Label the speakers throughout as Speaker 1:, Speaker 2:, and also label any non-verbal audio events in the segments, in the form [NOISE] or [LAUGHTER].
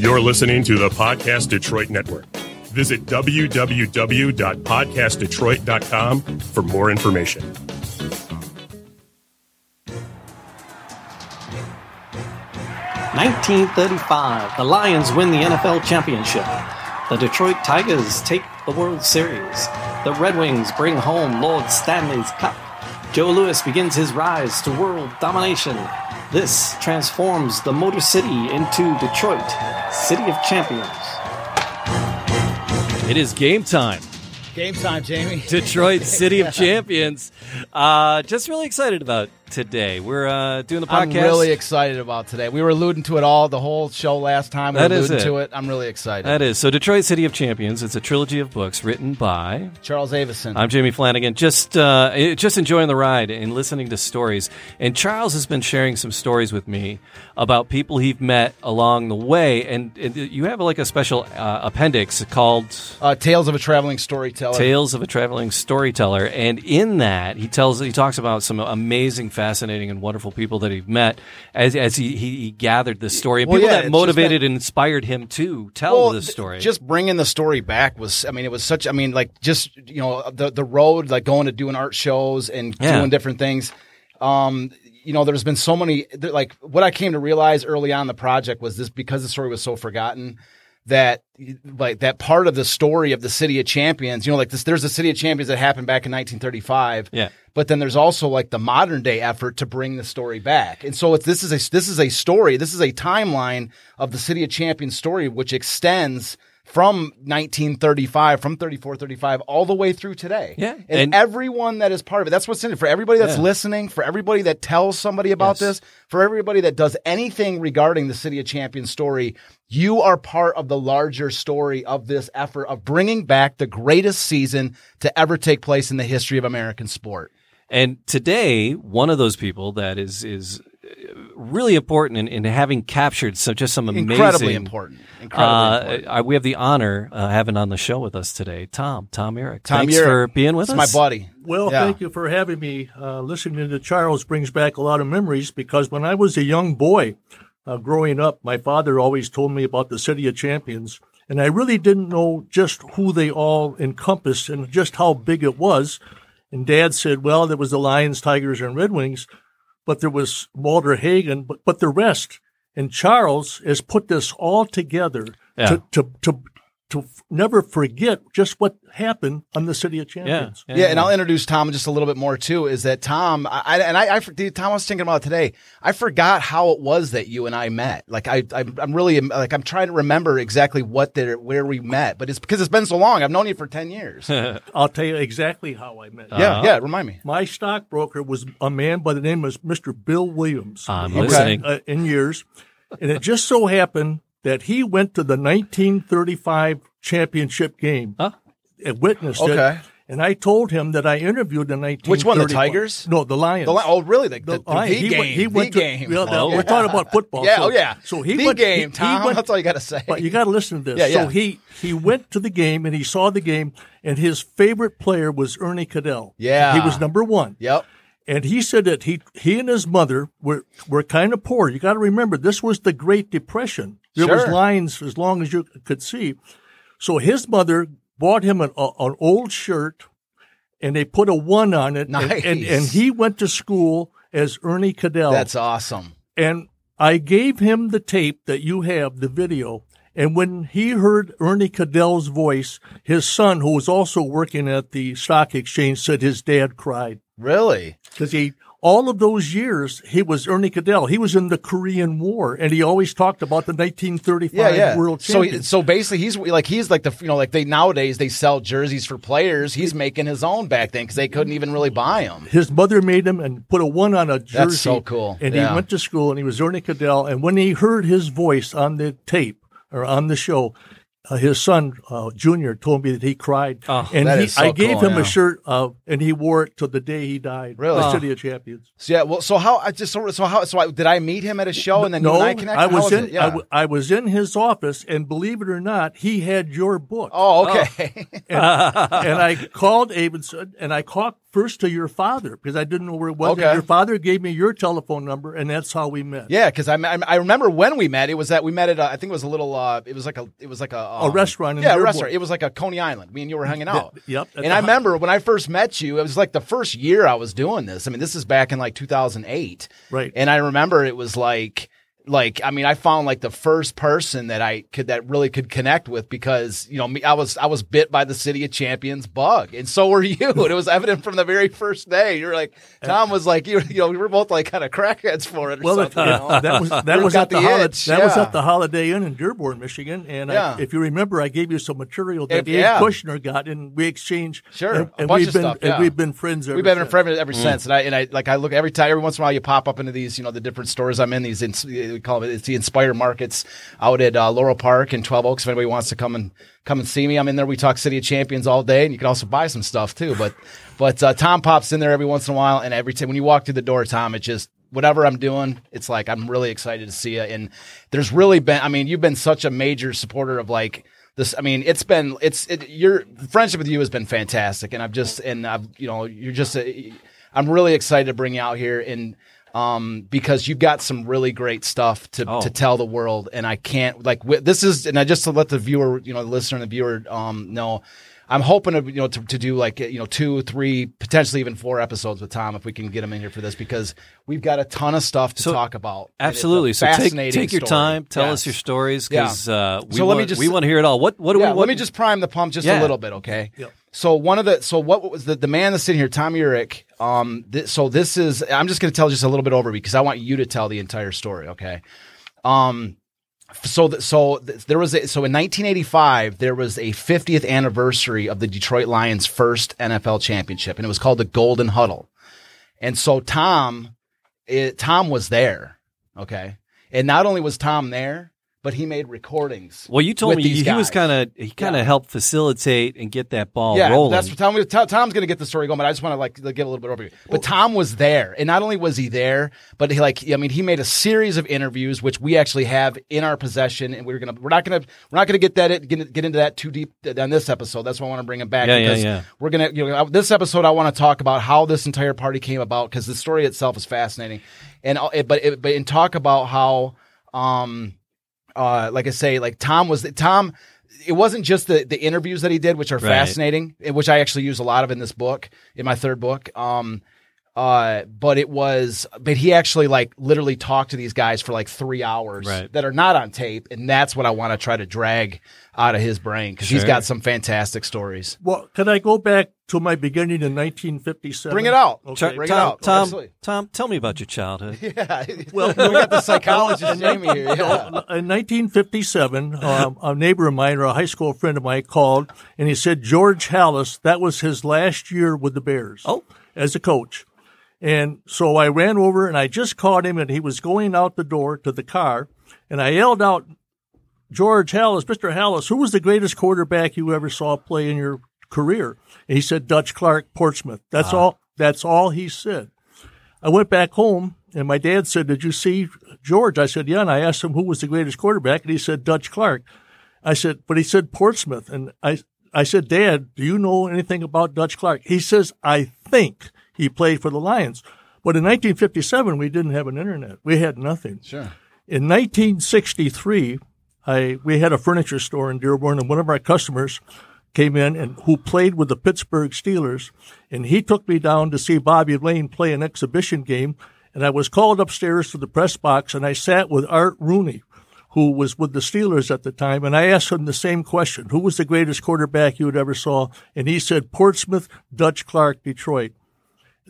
Speaker 1: You're listening to the Podcast Detroit Network. Visit www.podcastdetroit.com for more information.
Speaker 2: Nineteen thirty-five, the Lions win the NFL championship. The Detroit Tigers take the World Series. The Red Wings bring home Lord Stanley's Cup. Joe Lewis begins his rise to world domination. This transforms the Motor City into Detroit, City of Champions.
Speaker 3: It is game time.
Speaker 4: Game time, Jamie.
Speaker 3: Detroit City
Speaker 4: [LAUGHS]
Speaker 3: of Champions. Uh, just really excited about today. We're uh, doing the
Speaker 4: I'm
Speaker 3: podcast.
Speaker 4: really excited about today. We were alluding to it all the whole show last time. We
Speaker 3: That
Speaker 4: were
Speaker 3: is
Speaker 4: alluding
Speaker 3: it.
Speaker 4: to it. I'm really excited.
Speaker 3: that is so. Detroit City of Champions. It's a trilogy of books written by.
Speaker 4: Charles Avison.
Speaker 3: I'm Jamie Flanagan. Just uh, eh, just enjoying the ride and listening to stories. And Charles has been sharing some stories with me about people he've met along the way. And, and you have like a special uh, appendix called
Speaker 4: uh, Tales of a Traveling Storyteller.
Speaker 3: Tales of a Traveling Storyteller, and in that he tells he talks about some amazing, fascinating, and wonderful people that he met as as he, he, he gathered this story and
Speaker 4: Well,
Speaker 3: people
Speaker 4: yeah,
Speaker 3: that
Speaker 4: it's just
Speaker 3: motivated
Speaker 4: that-
Speaker 3: and inspired him to tell
Speaker 4: Well,
Speaker 3: this
Speaker 4: th-
Speaker 3: story.
Speaker 4: Just bringing the story back was, I mean, it was such, I mean, like just, you know, the, the road, like going to doing art shows and
Speaker 3: Yeah.
Speaker 4: doing different things. Um, you know, there's been so many, there- like what I came to realize early on in the project was this because the story was so forgotten that like that part of the story of the city of champions, you know, like this, there's the city of champions that happened back in 1935.
Speaker 3: Yeah.
Speaker 4: But then there's also like the modern day effort to bring the story back, and so it's, this is a this is a story. This is a timeline of the City of Champions story, which extends from 1935, from 34, 35, all the way through today.
Speaker 3: Yeah.
Speaker 4: and,
Speaker 3: And-
Speaker 4: everyone that is part of it. That's what's in it for everybody that's
Speaker 3: Yeah.
Speaker 4: listening, for everybody that tells somebody about
Speaker 3: Yes.
Speaker 4: this, for everybody that does anything regarding the City of Champions story. You are part of the larger story of this effort of bringing back the greatest season to ever take place in the history of American sport.
Speaker 3: and today, one of those people that is is uh, really important in, in having captured so just some amazing
Speaker 4: incredibly important. Incredibly
Speaker 3: uh,
Speaker 4: important.
Speaker 3: uh, we have the honor uh, having on the show with us today, Tom. Tom Eric.
Speaker 4: Tom,
Speaker 3: Thanks
Speaker 4: you're-
Speaker 3: for being with
Speaker 4: it's
Speaker 3: us.
Speaker 4: my buddy.
Speaker 5: Well,
Speaker 4: Yeah.
Speaker 5: thank you for having me. Uh, listening to Charles brings back a lot of memories because when I was a young boy uh, growing up, my father always told me about the City of Champions. And I really didn't know just who they all encompassed and just how big it was. And dad said, well, there was the Lions, Tigers, and Red Wings, but there was Walter Hagen, but, but the rest. And Charles has put this all together
Speaker 3: Yeah.
Speaker 5: to, to, to, to f- never forget just what happened on the City of
Speaker 3: Yeah.
Speaker 5: Champions.
Speaker 4: Yeah, and I'll introduce Tom just a little bit more too. Is that Tom? I, I- and I, I for- dude, Tom, I was thinking about it today. I forgot how it was that you and I met. Like I, I I'm really like I'm trying to remember exactly what there where we met, but it's because it's been so long. I've known you for ten
Speaker 5: [LAUGHS]
Speaker 4: years.
Speaker 5: Uh-huh.
Speaker 4: yeah,
Speaker 5: I'll tell you exactly how I met.
Speaker 3: Uh-huh.
Speaker 4: yeah. Remind me.
Speaker 5: My stockbroker was a man by the name of Mr. Bill Williams.
Speaker 3: I'm
Speaker 5: He was,
Speaker 3: listening.
Speaker 5: uh, in years. And it just so happened that he went to the 1935 championship game
Speaker 3: Huh?
Speaker 5: and witnessed
Speaker 4: Okay.
Speaker 5: it. And I told him that I interviewed the 1935.
Speaker 4: Which one, the Tigers?
Speaker 5: No, the Lions.
Speaker 4: The, li- oh, really? Like the,
Speaker 5: The
Speaker 4: the,
Speaker 5: Lions.
Speaker 4: the
Speaker 5: he went,
Speaker 4: game.
Speaker 5: he went
Speaker 4: the
Speaker 5: to,
Speaker 4: game.
Speaker 5: well, now,
Speaker 3: Oh,
Speaker 4: Yeah.
Speaker 5: We're talking about football.
Speaker 4: Yeah.
Speaker 5: so,
Speaker 4: oh, yeah.
Speaker 5: So he
Speaker 4: the
Speaker 5: went.
Speaker 4: game,
Speaker 5: he- he
Speaker 4: Tom. [LAUGHS]
Speaker 5: went-
Speaker 4: that's all you got to say.
Speaker 5: but you got to listen to this.
Speaker 4: Yeah,
Speaker 5: So
Speaker 4: yeah.
Speaker 5: he he went to the game and he saw the game, and his favorite player was Ernie Cadell.
Speaker 4: Yeah.
Speaker 5: he was number one.
Speaker 4: yep.
Speaker 5: And he said that he he and his mother were were kind of poor. You got to remember this was the Great Depression. There was
Speaker 4: Sure.
Speaker 5: lines as long as you could see. So his mother bought him an, a, an old shirt, and they put a one on it. and-
Speaker 4: Nice.
Speaker 5: And, and, he went to school as Ernie Cadell.
Speaker 4: That's awesome.
Speaker 5: And I gave him the tape that you have, the video. And when he heard Ernie Cadell's voice, his son, who was also working at the stock exchange, said his dad cried
Speaker 4: Really?
Speaker 5: because he all of those years he was Ernie Cadell. He was in the Korean War, and he always talked about the 1935
Speaker 4: yeah, yeah.
Speaker 5: World
Speaker 4: so,
Speaker 5: Championship.
Speaker 4: he- so basically, he's like he's like the you know like they nowadays they sell jerseys for players. He's making his own back then because they couldn't even really buy them.
Speaker 5: his mother made him and put a one on a jersey.
Speaker 4: so cool.
Speaker 5: And
Speaker 4: Yeah.
Speaker 5: he went to school and he was Ernie Cadell. And when he heard his voice on the tape or on the show, uh, his son, uh, Junior, told me that he cried.
Speaker 3: Oh,
Speaker 5: and
Speaker 4: that
Speaker 5: he,
Speaker 4: is so
Speaker 5: I gave
Speaker 4: cool,
Speaker 5: him
Speaker 4: yeah.
Speaker 5: a shirt uh, and he wore it till the day he died.
Speaker 4: Really?
Speaker 5: The
Speaker 4: Oh.
Speaker 5: City of Champions.
Speaker 4: So yeah, well, so how I just so, so how so I, did I meet him at a show and then you
Speaker 5: no,
Speaker 4: and I connected? How
Speaker 5: was in.
Speaker 4: it? Yeah.
Speaker 5: I, w- I was in his office, and believe it or
Speaker 4: [LAUGHS]
Speaker 5: not, he had your book.
Speaker 4: oh, okay.
Speaker 5: and I called Abinson and I caught, first to your father because I didn't know where it was. and
Speaker 4: Okay.
Speaker 5: Your father gave me your telephone number, and that's how we met.
Speaker 4: Yeah, because I, I I remember when we met. It was that we met at a, I think it was a little uh, it was like a it was like a um,
Speaker 5: restaurant in
Speaker 4: yeah, a
Speaker 5: Dearborn.
Speaker 4: restaurant. It was like a Coney Island. Me and you were hanging out.
Speaker 5: yep, at
Speaker 4: And
Speaker 5: the
Speaker 4: I
Speaker 5: hi-
Speaker 4: remember when I first met you. It was like the first year I was doing this. I mean, this is back in like 2008.
Speaker 5: Right.
Speaker 4: And I remember it was like like I mean, I found like the first person that I could that really could connect with because you know me I was I was bit by the City of Champions bug, and so were [LAUGHS] you. and it was evident from the very first day. You're like Tom was like you you know we were both like kind of crackheads for it. Or
Speaker 5: Well, it,
Speaker 4: something, you know?
Speaker 5: it- that
Speaker 4: [LAUGHS]
Speaker 5: was that
Speaker 4: You've
Speaker 5: was
Speaker 4: got
Speaker 5: at the,
Speaker 4: the
Speaker 5: holi-
Speaker 4: itch,
Speaker 5: that was
Speaker 4: yeah.
Speaker 5: at the Holiday Inn in Dearborn, Michigan. And
Speaker 4: Yeah.
Speaker 5: I, if you remember, I gave you some material that
Speaker 4: If-
Speaker 5: Dave
Speaker 4: yeah.
Speaker 5: Kushner got, and we exchanged.
Speaker 4: Sure,
Speaker 5: and,
Speaker 4: a
Speaker 5: and
Speaker 4: bunch
Speaker 5: we've
Speaker 4: of
Speaker 5: been
Speaker 4: stuff, yeah.
Speaker 5: and we've been friends. Ever Mm.
Speaker 4: We've been
Speaker 5: since.
Speaker 4: friends ever since, and I and I like I look every time every once in a while you pop up into these you know the different stores I'm in these ins- we call it it's the Inspire Markets out at uh, Laurel Park and Twelve Oaks if anybody wants to come and come and see me I'm in there we talk City of Champions all day and you can also buy some stuff too but [LAUGHS] but uh, Tom pops in there every once in a while and every time when you walk through the door Tom it just whatever I'm doing, it's like I'm really excited to see you. And there's really been, I mean, you've been such a major supporter of like this. I mean, it's been, it's it, your friendship with you has been fantastic, and I've just, and I've, you know, you're just, a, I'm really excited to bring you out here and. Um, because you've got some really great stuff to,
Speaker 3: Oh.
Speaker 4: to tell the world, and I can't like wi- this is, and I just to let the viewer, you know, the listener and the viewer, um, know, I'm hoping to, you know, to, to do like, you know, two, three, potentially even four episodes with Tom if we can get him in here for this because we've got a ton of stuff to
Speaker 3: So-
Speaker 4: talk about. And it's a
Speaker 3: Absolutely. So take,
Speaker 4: fascinating
Speaker 3: take your
Speaker 4: story.
Speaker 3: time. Tell
Speaker 4: Yes.
Speaker 3: us your stories because uh, we,
Speaker 4: So let me
Speaker 3: want,
Speaker 4: just-
Speaker 3: we want to hear it all. What what do
Speaker 4: Yeah,
Speaker 3: we? What,
Speaker 4: let me just prime the pump just
Speaker 3: Yeah.
Speaker 4: a little bit, okay?
Speaker 5: Yep.
Speaker 4: So one of the so what was the, the man that's sitting here, Tom Urich. Um, thi- so this is I'm just going to tell just a little bit over because I want you to tell the entire story, okay? Um, so th- so th- there was a, so in 1985 there was a 50th anniversary of the Detroit Lions' first NFL championship, and it was called the Golden Huddle. And so Tom, it, Tom was there, okay, and not only was Tom there, but he made recordings.
Speaker 3: Well, you told
Speaker 4: with
Speaker 3: me
Speaker 4: these
Speaker 3: he he was
Speaker 4: guys.
Speaker 3: kind of he kind of
Speaker 4: Yeah.
Speaker 3: helped facilitate and get that ball
Speaker 4: yeah,
Speaker 3: rolling.
Speaker 4: that's what Tom. Tom- Tom's going to get the story going, but I just want to like give a little bit overview. But Tom was there, and not only was he there, but he like I mean, he made a series of interviews, which we actually have in our possession, and we're gonna we're not gonna we're not gonna get that get, get into that too deep on this episode. That's why I want to bring him back.
Speaker 3: Yeah, yeah,
Speaker 4: because
Speaker 3: yeah.
Speaker 4: We're gonna you know this episode I want to talk about how this entire party came about because the story itself is fascinating, and I'll- but it, but and talk about how um uh, like I say, like Tom was Tom. It wasn't just the the interviews that he did, which are
Speaker 3: Right.
Speaker 4: fascinating, and which I actually use a lot of in this book, in my third book. Um, uh, but it was, but he actually like literally talked to these guys for like three hours
Speaker 3: Right.
Speaker 4: that are not on tape, and that's what I want to try to drag out of his brain because he's
Speaker 3: Sure.
Speaker 4: got some fantastic stories.
Speaker 5: Well, can I go back to my beginning in 1957?
Speaker 4: Bring it out.
Speaker 3: Char-
Speaker 5: Okay.
Speaker 4: Bring it
Speaker 3: Tom,
Speaker 4: out.
Speaker 3: Tom,
Speaker 4: Absolutely.
Speaker 3: Tom, tell me about your childhood.
Speaker 4: [LAUGHS] Yeah, well, we got [LAUGHS] the psychologist Jamie here. Yeah.
Speaker 5: Uh, In 1957, um, a neighbor of mine or a high school friend of mine called and he said George Hallis, that was his last year with the Bears
Speaker 3: Oh.
Speaker 5: as a coach. And so I ran over and I just caught him and he was going out the door to the car and I yelled out, George Hallis, Mr. Hallis, who was the greatest quarterback you ever saw play in your career? And he said Dutch Clark Portsmouth. That's all that's all he said. I went back home and my dad said, Did you see George? I said, Yeah. And I asked him who was the greatest quarterback, and he said Dutch Clark. I said, But he said Portsmouth. And I I said, Dad, do you know anything about Dutch Clark? He says, I think he played for the Lions. But in 1957, we didn't have an internet. We had nothing.
Speaker 4: Sure.
Speaker 5: In 1963, I we had a furniture store in Dearborn, and one of our customers came in and who played with the Pittsburgh Steelers, and he took me down to see Bobby Lane play an exhibition game, and I was called upstairs to the press box, and I sat with Art Rooney, who was with the Steelers at the time, and I asked him the same question: Who was the greatest quarterback you had ever saw? And he said Portsmouth, Dutch Clark, Detroit.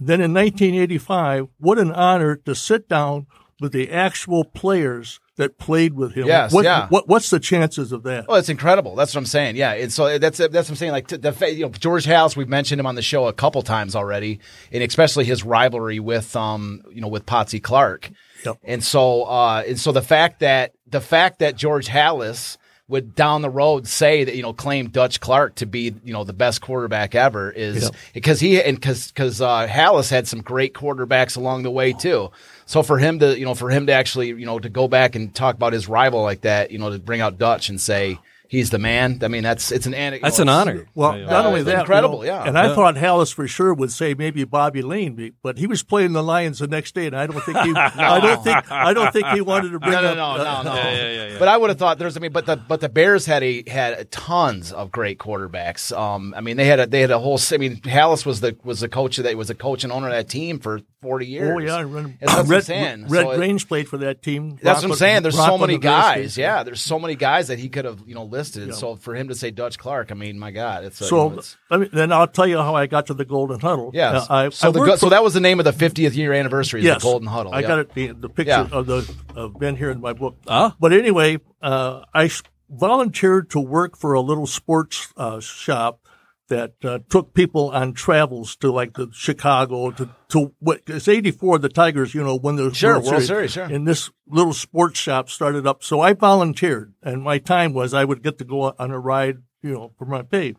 Speaker 5: Then in 1985, what an honor to sit down with the actual players that played with him.
Speaker 4: Yes,
Speaker 5: what,
Speaker 4: yeah.
Speaker 5: what, what's the chances of that?
Speaker 4: Oh, it's incredible. That's what I'm saying. Yeah, and so that's that's what I'm saying. Like to, the fa- you know George House, we've mentioned him on the show a couple times already, and especially his rivalry with um you know with Potsy Clark.
Speaker 5: Yep.
Speaker 4: And so uh and so the fact that the fact that George Hallis would down the road say that you know claim Dutch Clark to be you know the best quarterback ever is
Speaker 5: Yep.
Speaker 4: because he and because because uh, Hallis had some great quarterbacks along the way too. So for him to you know for him to actually you know to go back and talk about his rival like that you know to bring out Dutch and say he's the man. I mean, that's it's an anecdote.
Speaker 3: That's an honor.
Speaker 5: Well,
Speaker 3: Yeah.
Speaker 5: not only
Speaker 4: it's
Speaker 5: that, you
Speaker 4: incredible,
Speaker 5: know,
Speaker 4: yeah.
Speaker 5: And I thought Hallis for sure would say maybe Bobby Lane, be- but he was playing the Lions the next day, and I don't
Speaker 4: [LAUGHS]
Speaker 5: think he, I don't think, I don't think he wanted to bring
Speaker 4: No, no,
Speaker 5: up.
Speaker 4: no, no, no.
Speaker 3: yeah, yeah.
Speaker 4: But I would have thought there's. I mean, but the but the Bears had a had tons of great quarterbacks. Um, I mean, they had a they had a whole. I mean, Hallis was the was the coach that was the coach and owner of that team for 40 years.
Speaker 5: Oh yeah, I remember-
Speaker 4: And that's what I'm
Speaker 5: Red,
Speaker 4: saying.
Speaker 5: Red
Speaker 4: So it-
Speaker 5: Grange played for that team.
Speaker 4: That's what I'm
Speaker 5: Rockland-
Speaker 4: saying. There's so
Speaker 5: Rockland
Speaker 4: many
Speaker 5: University.
Speaker 4: guys. Yeah, there's so many guys that he could have you know listed. So for him to say Dutch Clark, I mean, my God, it's a, you know,
Speaker 5: So
Speaker 4: it's-
Speaker 5: let me, then I'll tell you how I got to the Golden Huddle.
Speaker 4: Yes.
Speaker 5: Uh, I,
Speaker 4: so
Speaker 5: I
Speaker 4: the
Speaker 5: worked
Speaker 4: go- so
Speaker 5: for-
Speaker 4: that was the name of the 50th year anniversary. is
Speaker 5: yes,
Speaker 4: the Golden Huddle.
Speaker 5: I
Speaker 4: yeah.
Speaker 5: got it. The, the picture
Speaker 4: Yeah.
Speaker 5: of the of Ben here in my book.
Speaker 3: Ah.
Speaker 5: But anyway, uh, I s- volunteered to work for a little sports uh, shop that uh, took people on travels to like the Chicago to to what it's eighty four. The Tigers, you know, won the
Speaker 4: Sure, World Series, sure.
Speaker 5: And this little sports shop started up, so I volunteered, and my time was I would get to go on a ride, you know, for my pay.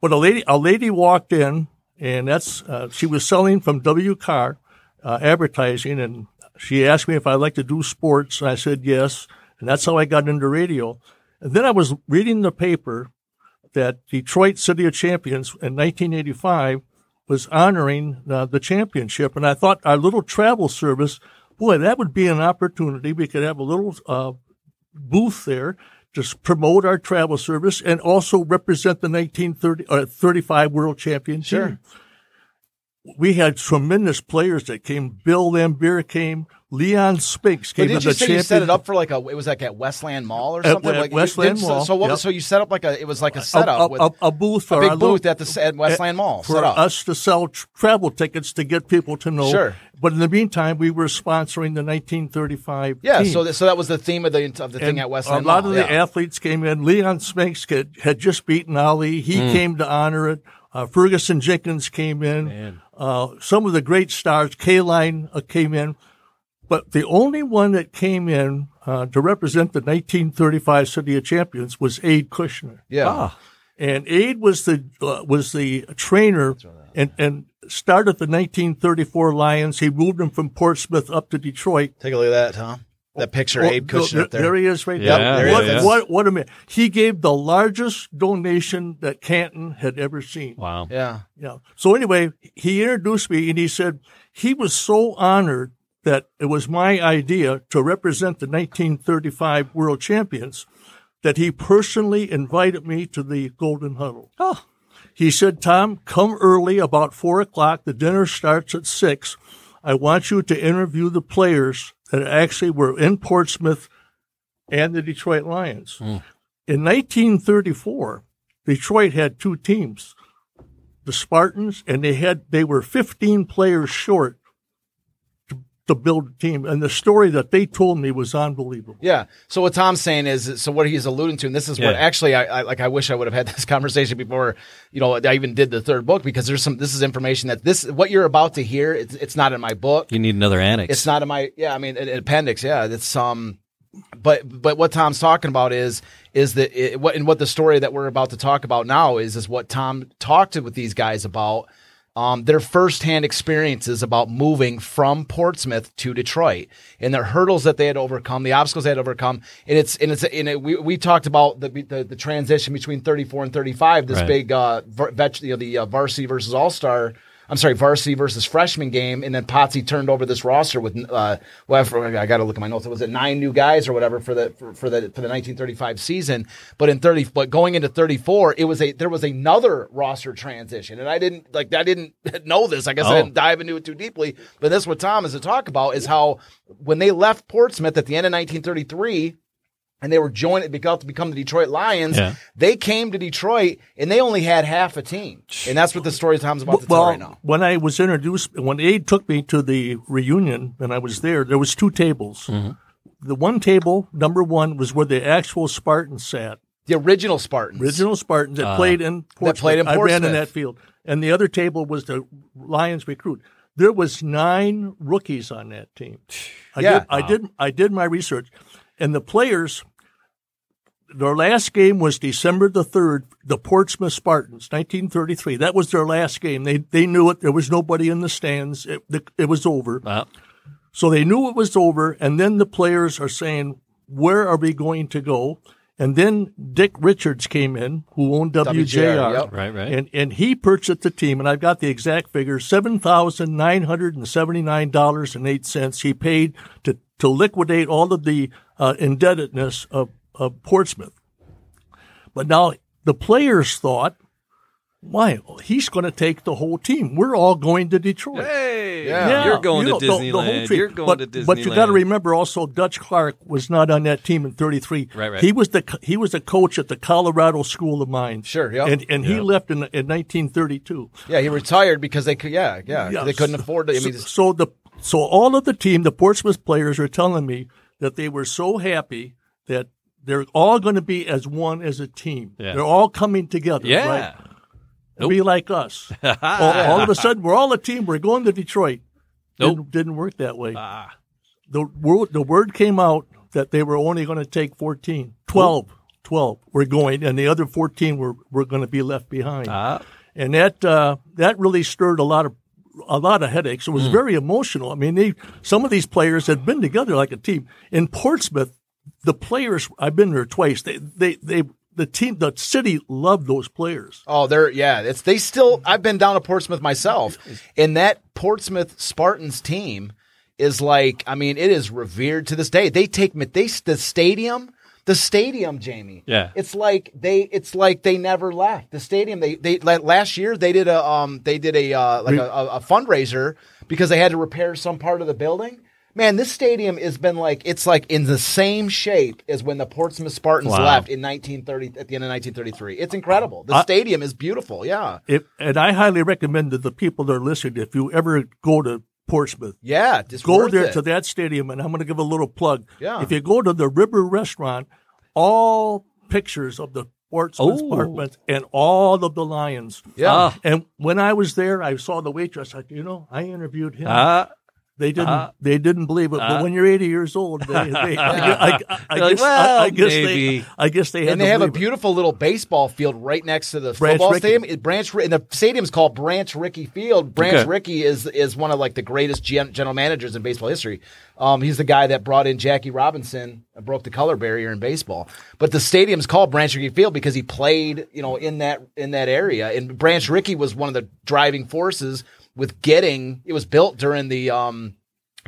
Speaker 5: But a lady, a lady walked in, and that's uh, she was selling from W Car uh, Advertising, and she asked me if I like to do sports, and I said yes, and that's how I got into radio. And then I was reading the paper that Detroit City of Champions in 1985 was honoring uh, the championship, and I thought our little travel service, boy, that would be an opportunity. We could have a little uh, booth there to s- promote our travel service and also represent the 1930 or 35 world champion team. We had tremendous players that came. Bill Lambier came. Leon Spinks
Speaker 4: But
Speaker 5: came.
Speaker 4: did
Speaker 5: to
Speaker 4: you
Speaker 5: the
Speaker 4: say you set
Speaker 5: champion-
Speaker 4: it up for like a? It was like at Westland Mall or
Speaker 5: At-
Speaker 4: something.
Speaker 5: at
Speaker 4: like,
Speaker 5: Westland
Speaker 4: so-
Speaker 5: Mall,
Speaker 4: So what?
Speaker 5: yep.
Speaker 4: So you set up like a? It was like a
Speaker 5: a,
Speaker 4: setup
Speaker 5: a-
Speaker 4: with
Speaker 5: a- a booth,
Speaker 4: a
Speaker 5: or
Speaker 4: big
Speaker 5: a little-
Speaker 4: booth at the s- at Westland Mall.
Speaker 5: for
Speaker 4: set up.
Speaker 5: us to sell tr travel tickets to get people to know.
Speaker 4: Sure.
Speaker 5: But in the meantime, we were sponsoring the 1935.
Speaker 4: Yeah.
Speaker 5: team.
Speaker 4: So that, so that was the theme of the of the
Speaker 5: And
Speaker 4: thing at Westland
Speaker 5: A lot
Speaker 4: Mall.
Speaker 5: of the
Speaker 4: yeah.
Speaker 5: athletes came in. Leon Spinks had, had just beaten Ali. He
Speaker 4: Mm.
Speaker 5: came to honor it. Uh, Ferguson Jenkins came in. Uh, some of the great stars, K-Line uh, came in. But the only one that came in uh, to represent the 1935 City of Champions was Aid Kushner
Speaker 4: yeah.
Speaker 5: and Aid was the uh, was the trainer and and started the 1934 Lions. He moved them from Portsmouth up to Detroit.
Speaker 4: Take a look at that, Tom. That picture,
Speaker 5: Well,
Speaker 4: Abe Kushner
Speaker 5: there,
Speaker 4: up there.
Speaker 5: there he is, right
Speaker 3: Yeah,
Speaker 5: there.
Speaker 4: there
Speaker 5: what,
Speaker 4: he is.
Speaker 5: what what a man! He gave the largest donation that Canton had ever seen.
Speaker 3: Wow.
Speaker 4: yeah.
Speaker 5: Yeah. So anyway, he introduced me and he said he was so honored that it was my idea to represent the 1935 world champions that he personally invited me to the Golden Huddle.
Speaker 3: Oh.
Speaker 5: He said, Tom, come early about four o'clock. The dinner starts at six. I want you to interview the players that actually were in Portsmouth and the Detroit Lions. In 1934, Detroit had two teams the Spartans, and they had they were 15 players short to, to build a team. And the story that they told me was unbelievable.
Speaker 4: Yeah. So what Tom's saying is, so what he's alluding to, and this is what
Speaker 3: Yeah.
Speaker 4: actually, I, I like. I wish I would have had [LAUGHS] this conversation before, you know, I even did the third book because there's some. This is information that this what you're about to hear. It's, it's not in my book.
Speaker 3: You need another annex.
Speaker 4: It's not in my yeah. I mean, an appendix. Yeah, it's um. But but what Tom's talking about is is that it, what and what the story that we're about to talk about now is is what Tom talked to with these guys about. Um, their firsthand experiences about moving from Portsmouth to Detroit and the hurdles that they had overcome, the obstacles they had overcome, and it's and it's and it, we we talked about the the, the transition between thirty four and thirty five. This
Speaker 3: Right.
Speaker 4: big uh, var, vet, you know, the uh, varsity versus all star I'm sorry, varsity versus freshman game, and then Potsy turned over this roster with uh, well, I forgot- I got to look at my notes. It was it nine new guys or whatever for the for, for the for the 1935 season. But in 30, but going into 34, it was a there was another roster transition, and I didn't like I didn't [LAUGHS] know this. I guess I
Speaker 3: Oh.
Speaker 4: didn't dive into it too deeply. But that's what Tom is to talk about is how when they left Portsmouth at the end of 1933 and they were joined it become to become the Detroit Lions.
Speaker 3: Yeah.
Speaker 4: They came to Detroit and they only had half a team, and that's what the story Tom's about to tell
Speaker 5: Well,
Speaker 4: right now.
Speaker 5: when I was introduced, when Aid took me to the reunion and I was there, there was two tables.
Speaker 4: Mm-hmm.
Speaker 5: The one table, number one, was where the actual Spartans sat.
Speaker 4: The original Spartans. Uh,
Speaker 5: Original Spartans that played in Portsmouth.
Speaker 4: played in
Speaker 5: I ran
Speaker 4: Portsmouth.
Speaker 5: in that field. And the other table was the Lions recruit. There was nine rookies on
Speaker 4: [SIGHS]
Speaker 5: that team. I
Speaker 4: Yeah.
Speaker 5: did, I did I did my research. And the players their last game was December the 3rd, the Portsmouth Spartans, 1933. That was their last game. They they knew it. There was nobody in the stands. It, it was over.
Speaker 3: Wow.
Speaker 5: So they knew it was over, and then the players are saying, "Where are we going to go?" And then Dick Richards came in, who owned WJR,
Speaker 4: WJR, yep.
Speaker 3: Right, right.
Speaker 5: and and he purchased the team. And I've got the exact figure: seven thousand nine hundred and seventy nine dollars and eight cents he paid to to liquidate all of the uh, indebtedness of, of Portsmouth. But now the players thought, "Why he's going to take the whole team? We're all going to Detroit."
Speaker 3: Hey,
Speaker 4: Yeah.
Speaker 3: you're going
Speaker 5: you
Speaker 3: to
Speaker 5: know, the- the whole
Speaker 3: Disneyland.
Speaker 5: trip.
Speaker 3: you're going
Speaker 5: but,
Speaker 3: to Disneyland.
Speaker 5: But you got to remember also, Dutch Clark was not on that team in '33.
Speaker 3: Right, right.
Speaker 5: He was the co- he was a coach at the Colorado School of Mines.
Speaker 4: Sure, yeah.
Speaker 5: And and he left in in 1932.
Speaker 4: Yeah, he retired because they could. Yeah, yeah,
Speaker 5: Yeah,
Speaker 4: they couldn't
Speaker 5: so-
Speaker 4: afford to. I mean,
Speaker 5: so, so the so all of the team, the Portsmouth players, are telling me that they were so happy that they're all going to be as one as a team.
Speaker 3: Yeah.
Speaker 5: They're all coming together.
Speaker 3: Yeah.
Speaker 5: Right? Be
Speaker 3: [LAUGHS]
Speaker 5: like us. all, all of a sudden, we're all a team. We're going to Detroit.
Speaker 3: Nope.
Speaker 5: Didn't, didn't work that way.
Speaker 3: Ah.
Speaker 5: The word, the word came out that they were only going to take 14. 12. 12 were going, and the other 14 were, were going to be left behind
Speaker 3: Ah.
Speaker 5: and that uh, that really stirred a lot of a lot of headaches. It was
Speaker 3: Hmm.
Speaker 5: very emotional. I mean, they, some of these players had been together like a team in Portsmouth. The players, I've been there twice. They they they the team, the city loved those players.
Speaker 4: Oh, they're yeah. It's they still. I've been down to Portsmouth myself, and that Portsmouth Spartans team is like. I mean, it is revered to this day. They take ma- they the stadium. The stadium, Jamie.
Speaker 3: Yeah.
Speaker 4: it's like they. It's like they never left the stadium. They they like last year they did a um they did a uh, like a, a, a fundraiser because they had to repair some part of the building. Man, this stadium has been like it's like in the same shape as when the Portsmouth Spartans
Speaker 3: Wow.
Speaker 4: left in 1930 at the end of 1933. It's incredible.
Speaker 5: Uh,
Speaker 4: The stadium is beautiful. Yeah.
Speaker 5: It, and I highly recommend to the people that are listening, if you ever go to Portsmouth,
Speaker 4: Yeah, just
Speaker 5: go
Speaker 4: worth
Speaker 5: there
Speaker 4: it.
Speaker 5: to that stadium, and I'm going to give a little plug.
Speaker 4: Yeah.
Speaker 5: If you go to the River Restaurant, all pictures of the Portsmouth
Speaker 3: Oh.
Speaker 5: apartments and all of the Lions.
Speaker 4: Yeah.
Speaker 3: Ah.
Speaker 5: And when I was there, I saw the waitress. I, you know, I interviewed him.
Speaker 3: Ah.
Speaker 5: they didn't.
Speaker 4: Ah.
Speaker 5: they didn't believe it. but when you're 80 years old,
Speaker 4: [LAUGHS]
Speaker 5: they, they, I, I, I, I
Speaker 3: They're like,
Speaker 5: guess, I- I,
Speaker 3: "Well,
Speaker 5: guess
Speaker 3: maybe."
Speaker 5: they, I guess they had.
Speaker 4: and
Speaker 5: to
Speaker 4: they have a
Speaker 5: believe it.
Speaker 4: beautiful little baseball field right next to the
Speaker 5: Branch
Speaker 4: football
Speaker 5: Rickey.
Speaker 4: stadium. It- Branch and the stadium's called Branch Rickey Field. Branch
Speaker 3: Okay.
Speaker 4: Rickey is is one of like the greatest gen- general managers in baseball history. Um, he's the guy that brought in Jackie Robinson and broke the color barrier in baseball. But the stadium's called Branch Rickey Field because he played, you know, in that in that area. And Branch Rickey was one of the driving forces with getting it was built during the um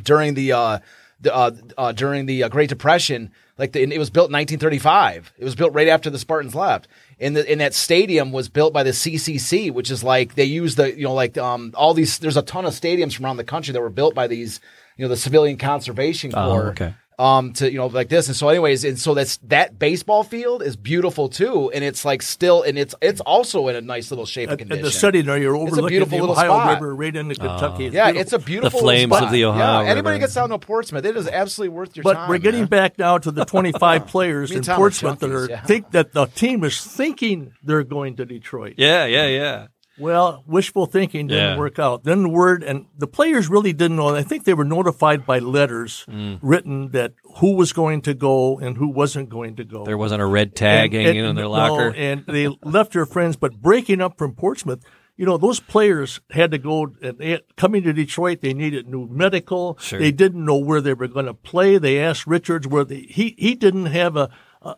Speaker 4: during the uh, the, uh, uh, during the uh, Great Depression. Like the, and it was built in 1935. It was built right after the Spartans left, and the, and that stadium was built by the CCC, which is like they use the you know like um all these. There's a ton of stadiums from around the country that were built by these you know the Civilian Conservation Corps.
Speaker 3: okay.
Speaker 4: Um, to you know, like this, and so, anyways, and so that's that baseball field is beautiful too, and it's like still, and it's it's also in a nice little shape and
Speaker 5: At,
Speaker 4: condition.
Speaker 5: at the setting there, you're overlooking
Speaker 4: beautiful
Speaker 5: the
Speaker 4: little
Speaker 5: Ohio
Speaker 4: spot.
Speaker 5: River right into Kentucky.
Speaker 4: Yeah,
Speaker 5: beautiful.
Speaker 4: it's a beautiful little
Speaker 3: flames
Speaker 4: spot.
Speaker 3: of the Ohio
Speaker 4: Yeah,
Speaker 3: River.
Speaker 4: anybody gets down to Portsmouth, it is absolutely worth your
Speaker 5: But
Speaker 4: time.
Speaker 5: we're getting
Speaker 4: man.
Speaker 5: back now to
Speaker 4: [LAUGHS]
Speaker 5: the 25 players
Speaker 4: Me
Speaker 5: in
Speaker 4: and Tom are
Speaker 5: Portsmouth that
Speaker 4: junkies,
Speaker 5: are
Speaker 4: yeah.
Speaker 5: think that the team is thinking they're going to Detroit.
Speaker 3: Yeah, yeah, yeah.
Speaker 5: Well, wishful thinking didn't
Speaker 3: Yeah.
Speaker 5: work out. Then the word and the players really didn't know. I think they were notified by letters
Speaker 3: Mm.
Speaker 5: written that who was going to go and who wasn't going to go.
Speaker 3: There wasn't a red tag
Speaker 5: And-
Speaker 3: hanging
Speaker 5: and-
Speaker 3: in their
Speaker 5: no,
Speaker 3: locker.
Speaker 5: and they left their friends. But breaking up from Portsmouth, you know, those players had to go and they, had- coming to Detroit. They needed new medical.
Speaker 3: Sure.
Speaker 5: They didn't know where they were going to play. They asked Richards where they, he he didn't have a.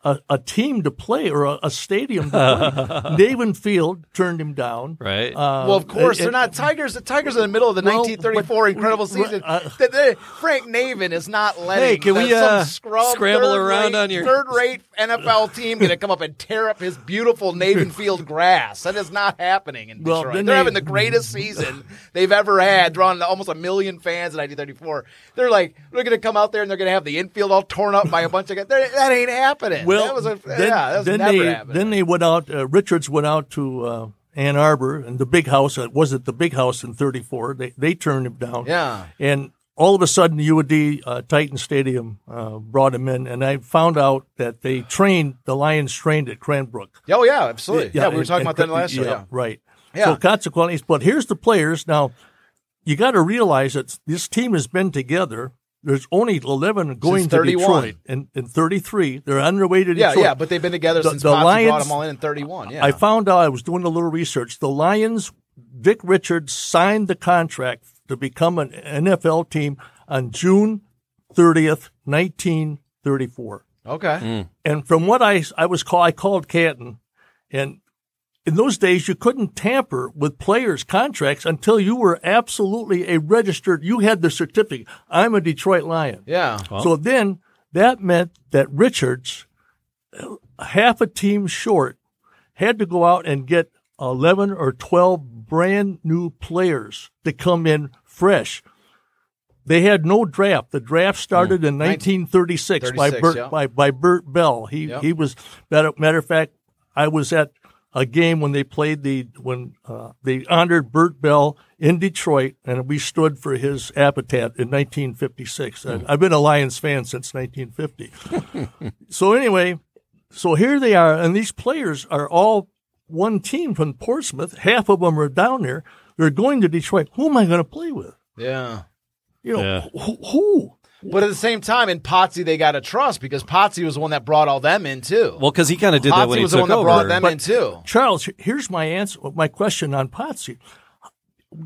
Speaker 5: A, a team to play or a, a stadium to play.
Speaker 3: [LAUGHS]
Speaker 5: David Field turned him down.
Speaker 3: Right.
Speaker 5: Uh,
Speaker 4: Well, of course,
Speaker 5: it-
Speaker 4: they're not Tigers. The Tigers are in the middle of the
Speaker 5: Well,
Speaker 4: 1934
Speaker 5: but-
Speaker 4: incredible
Speaker 5: well,
Speaker 4: season.
Speaker 5: uh,
Speaker 4: That they- Frank Navin is not letting
Speaker 3: Hey, can we,
Speaker 4: that some
Speaker 3: uh,
Speaker 4: scrub
Speaker 3: scramble
Speaker 4: third
Speaker 3: around
Speaker 4: rate-
Speaker 3: on your-
Speaker 4: third-rate NFL team going to come up and tear up his beautiful
Speaker 5: [LAUGHS]
Speaker 4: Navin Field grass? That is not happening in
Speaker 5: Well,
Speaker 4: Detroit. They're
Speaker 5: then they-
Speaker 4: having the greatest season they've ever had, drawing almost a million fans in 1934. They're like, they're going to come out there and they're going to have the infield all torn up by a bunch of guys. They're- That ain't happening.
Speaker 5: Well,
Speaker 4: that was a,
Speaker 5: then,
Speaker 4: yeah, that was
Speaker 5: then
Speaker 4: never
Speaker 5: they
Speaker 4: happening.
Speaker 5: then they went out. Uh, Richards went out to uh, Ann Arbor and the big house. uh, It wasn't the big house in '34. They they turned him down.
Speaker 4: Yeah.
Speaker 5: And all of a sudden, the UAD uh, Titan Stadium uh, brought him in, and I found out that they trained the Lions trained at Cranbrook.
Speaker 4: Oh yeah, absolutely. Yeah, we were
Speaker 5: and-
Speaker 4: talking
Speaker 5: and-
Speaker 4: about that last year. Yeah.
Speaker 5: right.
Speaker 4: Yeah.
Speaker 5: So consequently, but here's the players now. You got to realize that this team has been together. There's only 11 going to
Speaker 4: 31.
Speaker 5: Detroit, and, and 33. They're on their way to
Speaker 4: Yeah,
Speaker 5: Detroit.
Speaker 4: yeah, but they've been together
Speaker 5: The-
Speaker 4: since
Speaker 5: the
Speaker 4: Potsy brought
Speaker 5: Lions-
Speaker 4: them all in in 31. Yeah.
Speaker 5: I found out I was doing a little research. The Lions, Vic Richards signed the contract to become an NFL team on June 30th, 1934.
Speaker 4: Okay.
Speaker 3: Mm.
Speaker 5: And from what I I was call I called Canton, and in those days you couldn't tamper with players' contracts until you were absolutely a registered. You had the certificate. I'm a Detroit Lion.
Speaker 4: Yeah.
Speaker 5: So then that meant that Richards, uh, half a team short, had to go out and get 11 or 12 brand new players to come in fresh. They had no draft. The draft started in 1936 by
Speaker 4: 36,
Speaker 5: Bert,
Speaker 4: Hmm. yeah.
Speaker 5: by, by Bert Bell. He
Speaker 4: Yep.
Speaker 5: he was matter, matter of fact, I was at a game when they played the when uh, they honored Bert Bell in Detroit, and we stood for his epitaph in 1956.
Speaker 4: Hmm.
Speaker 5: And I've been a Lions fan since 1950. [LAUGHS] so anyway, so here they are, and these players are all one team from Portsmouth. Half of them are down there. They're going to Detroit. Who am I going to play with?
Speaker 4: Yeah.
Speaker 5: You know,
Speaker 3: Yeah.
Speaker 5: who, who?
Speaker 4: But at the same time, in Potsy, they got to trust because Potsy was the one that brought all them in too.
Speaker 3: Well, because he kind of did that when
Speaker 4: Potsy
Speaker 3: he
Speaker 4: was the
Speaker 3: took
Speaker 4: one that brought
Speaker 3: over.
Speaker 4: them
Speaker 3: but-
Speaker 4: in too.
Speaker 5: Charles, here's my answer. My question on Potsy: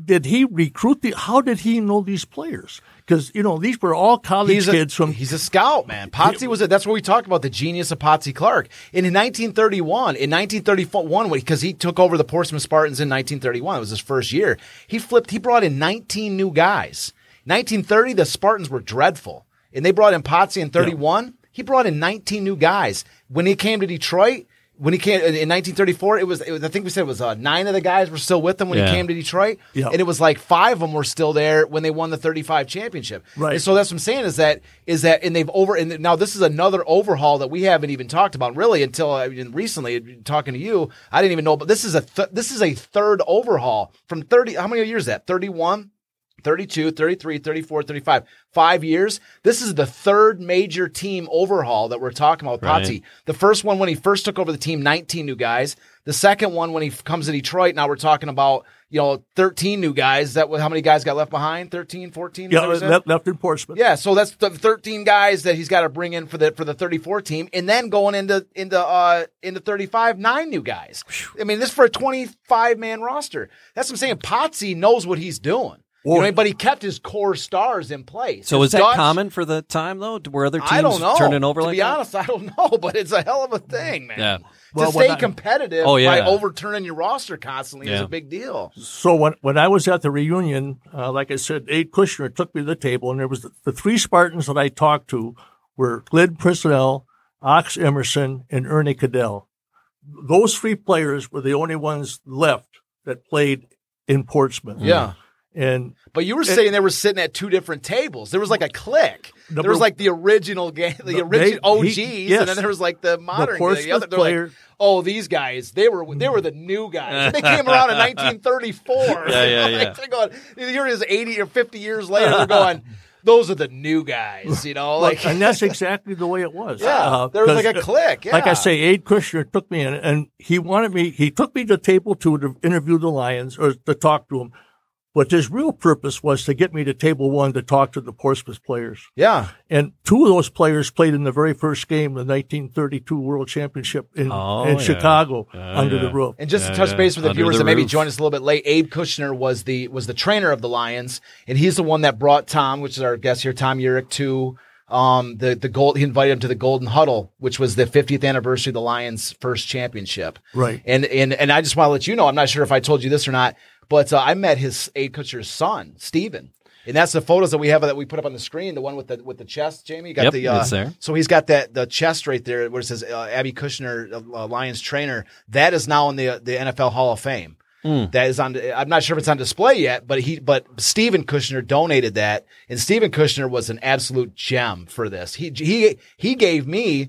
Speaker 5: Did he recruit the? How did he know these players? Because you know these were all college
Speaker 4: He's a,
Speaker 5: kids from.
Speaker 4: he's a scout, man. Potsy was a, that's where we talked about the genius of Potsy Clark. And in 1931, in 1931, because he took over the Portsmouth Spartans in 1931, it was his first year. He flipped, he brought in 19 new guys. 1930, the Spartans were dreadful. And they brought in Potsy in 31. He brought in 19 new guys. When he came to Detroit, when he came in 1934, it was, it was I think we said it was uh, nine of the guys were still with him when
Speaker 3: Yeah.
Speaker 4: he came to Detroit,
Speaker 5: Yeah.
Speaker 4: and it was like five of them were still there when they won the 35 championship.
Speaker 5: Right.
Speaker 4: And so that's what I'm saying is that is that and they've over and now this is another overhaul that we haven't even talked about really until I mean, recently talking to you. I didn't even know, but this is a th- this is a third overhaul from 30. How many years is that? 31. 32, 33, 34, 35, five years. This is the third major team overhaul that we're talking about with
Speaker 3: Right.
Speaker 4: Potsy. The first one when he first took over the team, 19 new guys. The second one when he f- comes to Detroit, now we're talking about, you know, 13 new guys. That was how many guys got left behind? 13, 14? Is
Speaker 5: yeah,
Speaker 4: that what he said?
Speaker 5: left, left in Portsmouth.
Speaker 4: Yeah, so that's the 13 guys that he's got to bring in for the for the 34 team, and then going into into uh into 35, nine new guys. I mean, this for a 25 man roster. That's what I'm saying. Potsy knows what he's doing. You know what I mean? but he kept his core stars in place.
Speaker 3: so
Speaker 4: His
Speaker 3: is that
Speaker 4: Dutch-
Speaker 3: common for the time though? Were other teams
Speaker 4: I don't know.
Speaker 3: turning over
Speaker 4: to
Speaker 3: like
Speaker 4: be
Speaker 3: that?
Speaker 4: honest, I don't know, [LAUGHS] but it's a hell of a thing, man.
Speaker 3: Yeah.
Speaker 4: To
Speaker 5: Well, when
Speaker 4: stay
Speaker 5: I-
Speaker 4: competitive
Speaker 3: Oh, yeah.
Speaker 4: by overturning your roster constantly is
Speaker 3: Yeah.
Speaker 4: a big deal.
Speaker 5: So when when I was at the reunion, uh, like I said, Aid Kushner took me to the table, and there was the, the three Spartans that I talked to were Glenn Prisnell, Ox Emerson, and Ernie Cadell. Those three players were the only ones left that played in Portsmouth.
Speaker 4: Yeah.
Speaker 5: and
Speaker 4: But you were saying they were sitting at two different tables. There was like a click.
Speaker 5: Number-
Speaker 4: there was like the original game, the
Speaker 5: No, they- he-
Speaker 4: original OGs,
Speaker 5: yes.
Speaker 4: and then there was like the modern. The,
Speaker 5: Portsmouth
Speaker 4: other they're like,
Speaker 5: player-
Speaker 4: oh, these guys, they were they were the new guys.
Speaker 5: [LAUGHS]
Speaker 4: They came around in 1934.
Speaker 3: Yeah, yeah,
Speaker 4: [LAUGHS] Like,
Speaker 3: yeah.
Speaker 4: They're going here it is 80 or 50 years later. They're going, those are the new guys. You know, like
Speaker 5: and that's exactly the way it was.
Speaker 4: Yeah,
Speaker 5: Uh,
Speaker 4: there was
Speaker 5: 'cause,
Speaker 4: like a
Speaker 5: uh,
Speaker 4: click,
Speaker 5: Like
Speaker 4: yeah.
Speaker 5: I say, Aid Kushner took me in, and he wanted me. He took me to table two to interview the Lions or to talk to them. But his real purpose was to get me to table one to talk to the Portsmouth players.
Speaker 4: yeah,
Speaker 5: And two of those players played in the very first game of the 1932 World Championship in,
Speaker 3: Oh,
Speaker 5: in
Speaker 3: yeah.
Speaker 5: Chicago under
Speaker 3: yeah.
Speaker 5: the roof.
Speaker 4: And just
Speaker 3: Yeah,
Speaker 4: to touch
Speaker 3: yeah.
Speaker 4: base with the
Speaker 3: Under
Speaker 4: viewers
Speaker 3: the
Speaker 4: that maybe
Speaker 3: roof.
Speaker 4: joined us a little bit late, Abe Kushner was the was the trainer of the Lions, and he's the one that brought Tom, which is our guest here, Tom Urich, to um the the gold. He invited him to the Golden Huddle, which was the 50th anniversary of the Lions' first championship.
Speaker 5: Right.
Speaker 4: And and and I just want to let you know, I'm not sure if I told you this or not, but uh, I met his Abe Kushner's son, Steven. And that's the photos that we have that we put up on the screen. The one with the with the chest, Jamie. You got
Speaker 3: Yep,
Speaker 4: the uh,
Speaker 3: it's there.
Speaker 4: so he's got that the chest right there where it says uh, Abby Kushner, uh, Lions trainer. That is now in the the NFL Hall of Fame.
Speaker 3: Hmm.
Speaker 4: That is on. I'm not sure if it's on display yet, but he but Steven Kushner donated that, and Steven Kushner was an absolute gem for this. He he he gave me.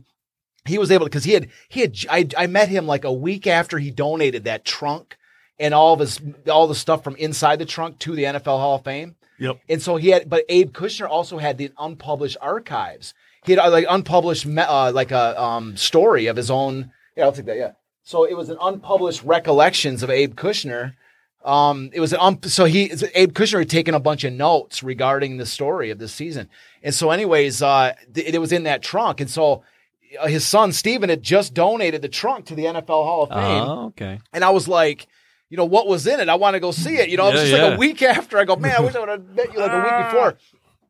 Speaker 4: He was able because he had he had I, I met him like a week after he donated that trunk and all of his all the stuff from inside the trunk to the NFL Hall of Fame.
Speaker 5: Yep.
Speaker 4: And so he had, but Abe Kushner also had the unpublished archives. He had uh, like unpublished, me- uh, like a um, story of his own. Yeah, I'll take that. Yeah. So it was an unpublished recollections of Abe Kushner. Um, it was an um, so he so Abe Kushner had taken a bunch of notes regarding the story of this season, and so anyways, uh, th- it was in that trunk, and so uh, his son Steven had just donated the trunk to the NFL Hall of Fame,
Speaker 3: Oh, okay.
Speaker 4: and I was like, you know, what was in it? I want to go see it. You know, it
Speaker 3: Yeah,
Speaker 4: was just like
Speaker 3: yeah. Ah.
Speaker 4: a week [LAUGHS] after. I go, man, I wish I would eh, have met you like a week before.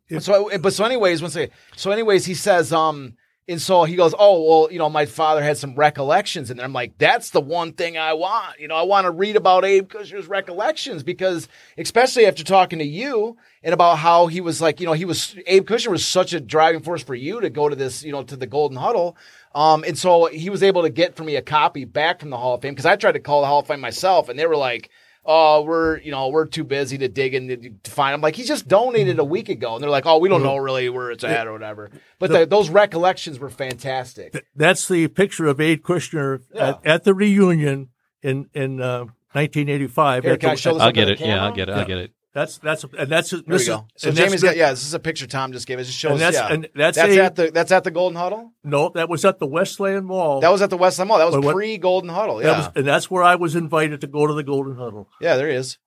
Speaker 4: But so, I, but so, anyways, once I, so, anyways, he says, um, And so he goes, Oh, well, you know, my father had some recollections. And I'm like, That's the one thing I want. You know, I want to read about Abe Kushner's recollections because, especially after talking to you and about how he was like, you know, he was, Abe Kushner was such a driving force for you to go to this, you know, to the Golden Huddle. Um, and so he was able to get for me a copy back from the Hall of Fame because I tried to call the Hall of Fame myself and they were like, oh, we're you know we're too busy to dig and to find. I'm like, he just donated
Speaker 5: Mm-hmm.
Speaker 4: a week ago, and they're like, oh, we don't know really where it's at or whatever. But the, those recollections were fantastic.
Speaker 5: That's the picture of Abe Kushner
Speaker 4: Yeah.
Speaker 5: at, at the reunion in in uh, 1985.
Speaker 4: Here,
Speaker 5: At
Speaker 4: can I
Speaker 5: the-
Speaker 4: show this?
Speaker 3: I'll
Speaker 4: up to
Speaker 3: get
Speaker 4: the
Speaker 3: it. Yeah, I'll
Speaker 4: camera?
Speaker 3: get it. I'll get it.
Speaker 5: That's that's and that's this
Speaker 4: There we
Speaker 5: is-
Speaker 4: go. So
Speaker 5: and that's
Speaker 4: Jamie's
Speaker 5: the-
Speaker 4: got yeah. This is a picture Tom just gave us. It shows
Speaker 5: And that's-
Speaker 4: yeah.
Speaker 5: and that's a-
Speaker 4: at the that's at the Golden Huddle.
Speaker 5: no. That was at the Westland Mall.
Speaker 4: That was at the Westland Mall. That
Speaker 5: Wait,
Speaker 4: was
Speaker 5: what?
Speaker 4: pre Golden Huddle. Yeah,
Speaker 5: That was- and that's where I was invited to go to the Golden Huddle.
Speaker 4: yeah. There he is.